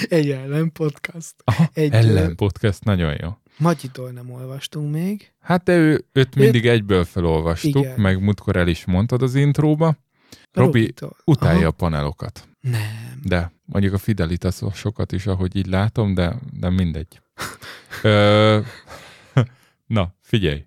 [SPEAKER 1] Egy ellen podcast.
[SPEAKER 2] Aha,
[SPEAKER 1] Egy
[SPEAKER 2] Ellen podcast nagyon jó.
[SPEAKER 1] Matyitól nem olvastunk még.
[SPEAKER 2] Hát de ő, őt mindig egyből felolvastuk,
[SPEAKER 1] Igen.
[SPEAKER 2] meg múltkor el is mondtad az intróba. Robi
[SPEAKER 1] Robitól.
[SPEAKER 2] utálja
[SPEAKER 1] Aha.
[SPEAKER 2] a panelokat.
[SPEAKER 1] Nem.
[SPEAKER 2] De mondjuk a fidelitásokat is, ahogy így látom, de, de mindegy. Ö, na, figyelj.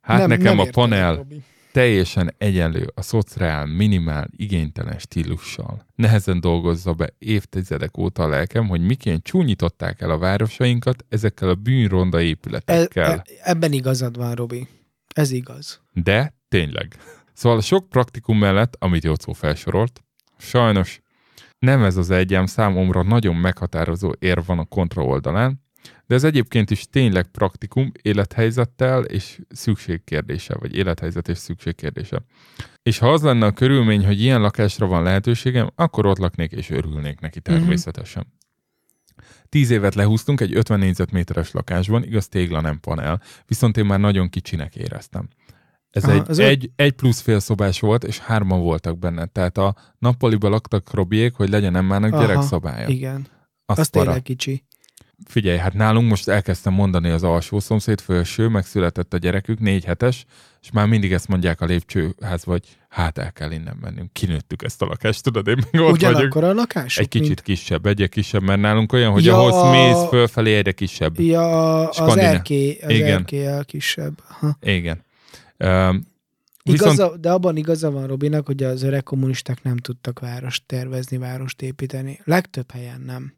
[SPEAKER 2] Hát nem,
[SPEAKER 1] nem,
[SPEAKER 2] nekem
[SPEAKER 1] nem
[SPEAKER 2] nem a
[SPEAKER 1] értelek,
[SPEAKER 2] panel
[SPEAKER 1] Robi.
[SPEAKER 2] teljesen egyenlő a szociál, minimál, igénytelen stílussal. Nehezen dolgozza be évtizedek óta a lelkem, hogy miként csúnyították el a városainkat ezekkel a bűnronda
[SPEAKER 1] E,
[SPEAKER 2] épületekkel.
[SPEAKER 1] e, ebben igazad van, Robi. Ez igaz.
[SPEAKER 2] De tényleg. Szóval a sok praktikum mellett, amit Jocó felsorolt, sajnos nem ez az egyem számomra nagyon meghatározó ér van a kontra oldalán, de ez egyébként is tényleg praktikum élethelyzettel és szükségkérdése, vagy élethelyzet és szükségkérdése. És ha az lenne a körülmény, hogy ilyen lakásra van lehetőségem, akkor ott laknék és örülnék neki természetesen. Tíz évet lehúztunk egy 50 négyzetméteres lakásban, igaz tégla nem panel, viszont én már nagyon kicsinek éreztem. Ez
[SPEAKER 1] Aha,
[SPEAKER 2] egy,
[SPEAKER 1] az öt-
[SPEAKER 2] egy, egy plusz félszobás volt, és hárman voltak benne. Tehát a nappaliba laktak Robiék, hogy legyen emmának
[SPEAKER 1] Aha,
[SPEAKER 2] gyerekszabálya.
[SPEAKER 1] Igen.
[SPEAKER 2] Azt
[SPEAKER 1] Az
[SPEAKER 2] para.
[SPEAKER 1] tényleg kicsi.
[SPEAKER 2] Figyelj, hát nálunk most elkezdtem mondani az alsó szomszéd, felső, megszületett a gyerekük, négy hetes, és már mindig ezt mondják a lépcsőház, vagy hát el kell innen mennünk. Kinőttük ezt a lakást, tudod, én meg ott vagyok.
[SPEAKER 1] Ugyanakkor a lakás?
[SPEAKER 2] Egy kicsit kisebb, egyre kisebb, mert nálunk olyan, hogy ja.
[SPEAKER 1] Ja.
[SPEAKER 2] ahhoz mész fölfelé, egyre kisebb.
[SPEAKER 1] Mint... Ja, az
[SPEAKER 2] Skandináv.
[SPEAKER 1] erkély, az
[SPEAKER 2] Igen.
[SPEAKER 1] erkély a kisebb. Aha.
[SPEAKER 2] Igen. Um, viszont
[SPEAKER 1] Igaza, de abban igaza van Robinak, hogy az öreg kommunisták nem tudtak várost tervezni, várost építeni. Legtöbb helyen nem.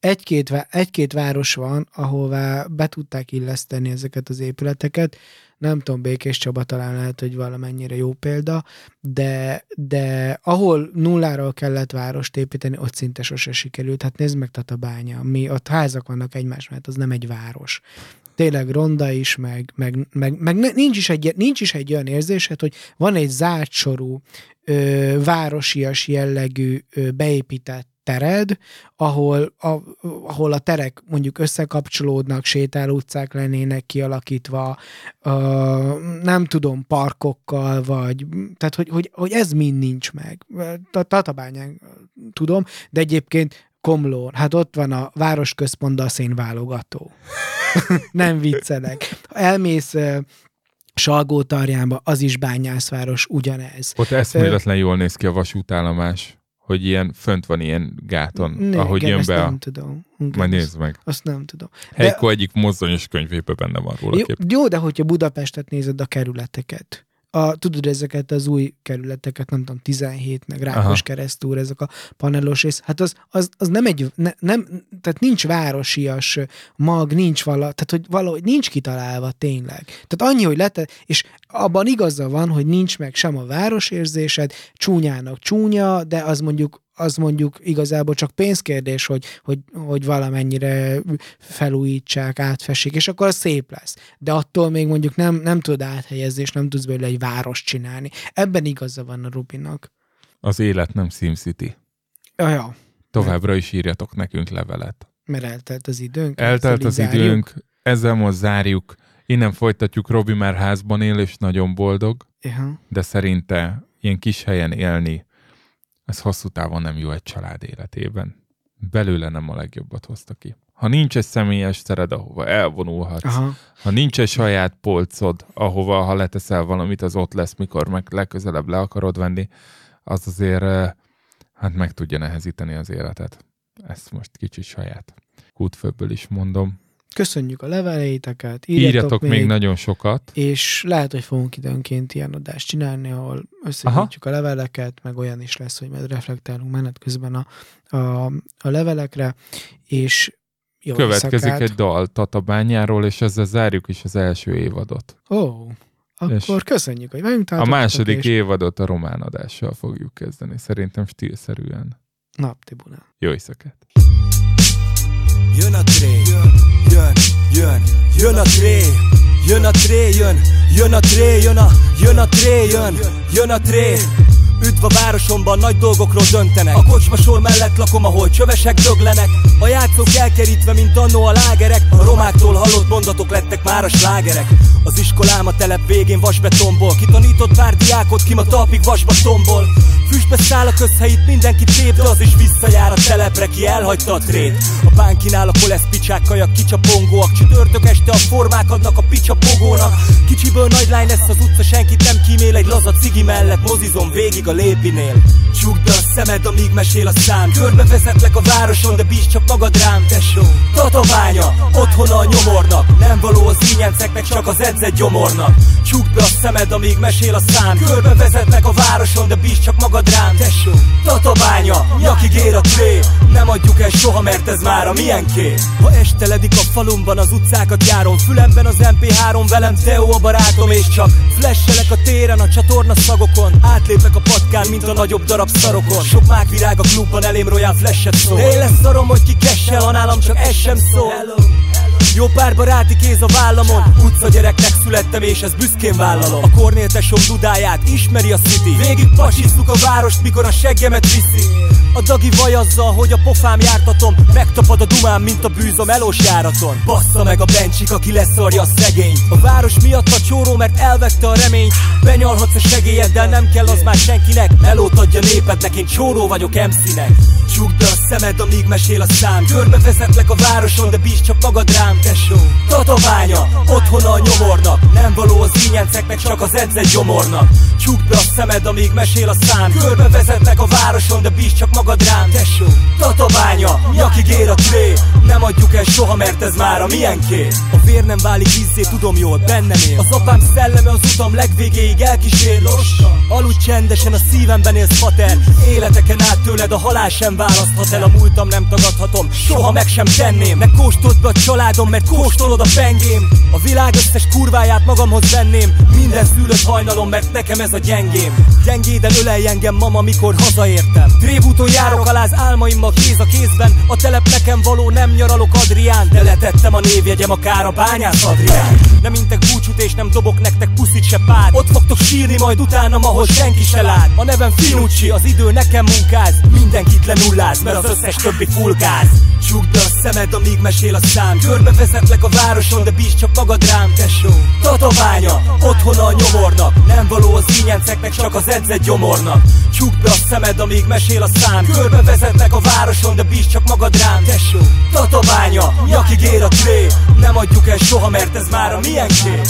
[SPEAKER 1] Egy-két, vá- egy-két város van, ahová be tudták illeszteni ezeket az épületeket. Nem tudom, Békés Csaba talán lehet, hogy valamennyire jó példa, de, de ahol nulláról kellett várost építeni, ott szinte sose sikerült. Hát nézd meg Tatabánya, mi ott házak vannak egymás mellett, az nem egy város tényleg ronda is, meg, meg, meg, meg ne- nincs, is egy, nincs is egy olyan érzésed, hogy van egy zárt sorú, ö, városias jellegű ö, beépített tered, ahol a, ahol a terek mondjuk összekapcsolódnak, sétáló utcák lennének kialakítva, ö, nem tudom, parkokkal, vagy tehát, hogy, hogy, hogy ez mind nincs meg. Ta- Tatabányán tudom, de egyébként Komlón, hát ott van a városközpontban a szénválogató. nem viccelek. Ha elmész ö, Salgótarjánba, az is bányászváros, ugyanez.
[SPEAKER 2] Ott eszméletlen jól néz ki a vasútállomás, hogy ilyen fönt van ilyen gáton,
[SPEAKER 1] Ne,
[SPEAKER 2] ahogy
[SPEAKER 1] igen,
[SPEAKER 2] jön
[SPEAKER 1] ezt
[SPEAKER 2] be a...
[SPEAKER 1] nem tudom. Igen,
[SPEAKER 2] Majd
[SPEAKER 1] ezt-
[SPEAKER 2] nézd meg.
[SPEAKER 1] Azt nem tudom. De-
[SPEAKER 2] Heiko egyik mozdonyos könyvében benne van róla
[SPEAKER 1] Jó,
[SPEAKER 2] kép.
[SPEAKER 1] jó, de hogyha Budapestet nézed a kerületeket, a, tudod ezeket az új kerületeket, nem tudom, 17, meg Rákos
[SPEAKER 2] Aha.
[SPEAKER 1] keresztúr, ezek a panelos rész, hát az, az, az nem egy, ne, nem, tehát nincs városias mag, nincs vala, tehát hogy valahogy nincs kitalálva tényleg. Tehát annyi, hogy lete, és abban igaza van, hogy nincs meg sem a városérzésed, csúnyának csúnya, de az mondjuk az mondjuk igazából csak pénzkérdés, hogy, hogy, hogy valamennyire felújítsák, átfessék, és akkor az szép lesz. De attól még mondjuk nem, nem tud áthelyezni, és nem tudsz belőle egy várost csinálni. Ebben igaza van a Rubinak.
[SPEAKER 2] Az élet nem SimCity.
[SPEAKER 1] Ja, ja
[SPEAKER 2] Továbbra is írjatok nekünk levelet.
[SPEAKER 1] mert eltelt az időnk.
[SPEAKER 2] Eltelt
[SPEAKER 1] ezzel
[SPEAKER 2] az
[SPEAKER 1] így zárjuk.
[SPEAKER 2] időnk, ezzel most zárjuk. Innen folytatjuk, Robi már házban él, és nagyon boldog,
[SPEAKER 1] Ja.
[SPEAKER 2] de szerinte ilyen kis helyen élni, ez hosszú távon nem jó egy család életében. Belőle nem a legjobbat hozta ki. Ha nincs egy személyes tered, ahova elvonulhatsz,
[SPEAKER 1] Aha.
[SPEAKER 2] Ha nincs egy saját polcod, ahova ha leteszel valamit, az ott lesz, mikor meg legközelebb le akarod venni, az azért eh, hát meg tudja nehezíteni az életet. Ezt most kicsit saját kútfőből is mondom.
[SPEAKER 1] Köszönjük a leveleiteket,
[SPEAKER 2] Írjatok,
[SPEAKER 1] írjatok, írjatok
[SPEAKER 2] még,
[SPEAKER 1] még,
[SPEAKER 2] nagyon sokat.
[SPEAKER 1] és lehet, hogy fogunk időnként ilyen adást csinálni, ahol összegyűjtjük a leveleket, meg olyan is lesz, hogy majd reflektálunk menet közben a, a, a levelekre, és jó
[SPEAKER 2] Következik
[SPEAKER 1] éjszakát.
[SPEAKER 2] egy dal Tatabányáról, és ezzel zárjuk is az első évadot.
[SPEAKER 1] Ó, akkor
[SPEAKER 2] És-
[SPEAKER 1] köszönjük, hogy velünk
[SPEAKER 2] A
[SPEAKER 1] tartottatok,
[SPEAKER 2] második
[SPEAKER 1] és
[SPEAKER 2] évadot a román adással fogjuk kezdeni. Szerintem stílszerűen.
[SPEAKER 1] naptibuna.
[SPEAKER 2] Jó éjszakát!
[SPEAKER 4] Jön a tré, jön, jön, jön a tré, jön a tré, jön, jön a tré, jön a, jön a tré, jön, jön a tré. Üdv a városomban, nagy dolgokról döntenek A kocsma sor mellett lakom, ahol csövesek döglenek A játszók elkerítve, mint annó a lágerek A romáktól hallott mondatok lettek már a slágerek Az iskolám a telep végén vasbetomból Kitanított pár diákot, kim a talpig vasba tombol Füstbe száll a közhelyit, mindenki tép, de az is visszajár a telepre, ki elhagyta a trét A bánkinál a kolesz picsák, kajak kicsapongóak Csütörtök este a formák adnak a picsa pogónak Kicsiből nagylány lesz az utca, senkit nem kímél Egy laza cigi mellett mozizom végig a lépinél Csukd be a szemed, amíg mesél a szám Körbe vezetlek a városon, de bíz csak magad rám, tesó Tatabánya, otthon a nyomornak Nem való az ínyenceknek, csak az edzett gyomornak Csukd be a szemed, amíg mesél a szám Körbe vezetlek a városon, de bíz csak magad rám, tesó Tatabánya, nyakig ér a tré Nem adjuk el soha, mert ez már a milyenké Ha esteledik a falumban, az utcákat járom Fülemben az MP3, velem Teó a barátom És csak flesselek a téren, a csatorna szagokon Átlépek a patkán, mint a nagyobb darab szarokon Sok mák virág a klubban, elém Royal flash-et szól Én lesz szarom, hogy ki kessel, ha nálam csak ez sem szól jó pár baráti kéz a vállamon Utca gyereknek születtem és ezt büszkén vállalom A Kornél tesóm dudáját ismeri a city Végig pasizzuk a várost mikor a seggemet viszi A dagi vajazzal hogy a pofám jártatom Megtapad a dumám mint a bűz a melós járaton Bassza meg a bencsik aki leszarja a szegényt A város miatt a csóró mert elvette a reményt Benyalhatsz a segélyeddel nem kell az már senkinek Melót adja népednek én csóró vagyok MC-nek Csukd be a szemed amíg mesél a szám Körbe vezetlek a városon de bíz csak magad rám tesó Tatabánya, otthon a nyomornak Nem való az ínyenceknek csak az edzett gyomornak Csukd be a szemed amíg mesél a szám Körbe vezetlek a városon de bíz csak magad rám tesó Tatabánya, nyakig ér a tré Nem adjuk el soha mert ez már a milyenké A vér nem válik vízzé, tudom jól, bennem él Az apám szelleme az utam legvégéig elkísér Lassan, aludj csendesen, a szívemben élsz, pater Életeken át tőled a halál sem választhat el A múltam nem tagadhatom, soha meg sem tenném Ne kóstold be a családom, mert kóstolod a pengém A világ összes kurváját magamhoz venném Minden szülött hajnalom, mert nekem ez a gyengém Gyengéden ölelj engem, mama, mikor hazaértem Trévúton járok aláz álmaimmal kéz a kézben A telep nekem való, nem nyaralok Adrián De letettem a névjegyem, akár a bányász Adrián Nem intek búcsút és nem dobok nektek puszit se pár Ott fogtok sírni majd utánam, ahol senki se lát A nevem Finucci, az idő nekem munkáz Mindenkit lenulláz, mert az összes többi fulgáz Csukd be a szemed, amíg mesél a szám Körbe vezetlek a városon, de bíz csak magad rám Tesó, tataványa, otthona a nyomornak Nem való az ínyenceknek, csak az edzett gyomornak Csukd be a szemed, amíg mesél a szám Körbe vezetlek a városon, de bíz csak magad rám Tesó, tataványa, nyakig ér a tré Nem adjuk el soha, mert ez már a miénké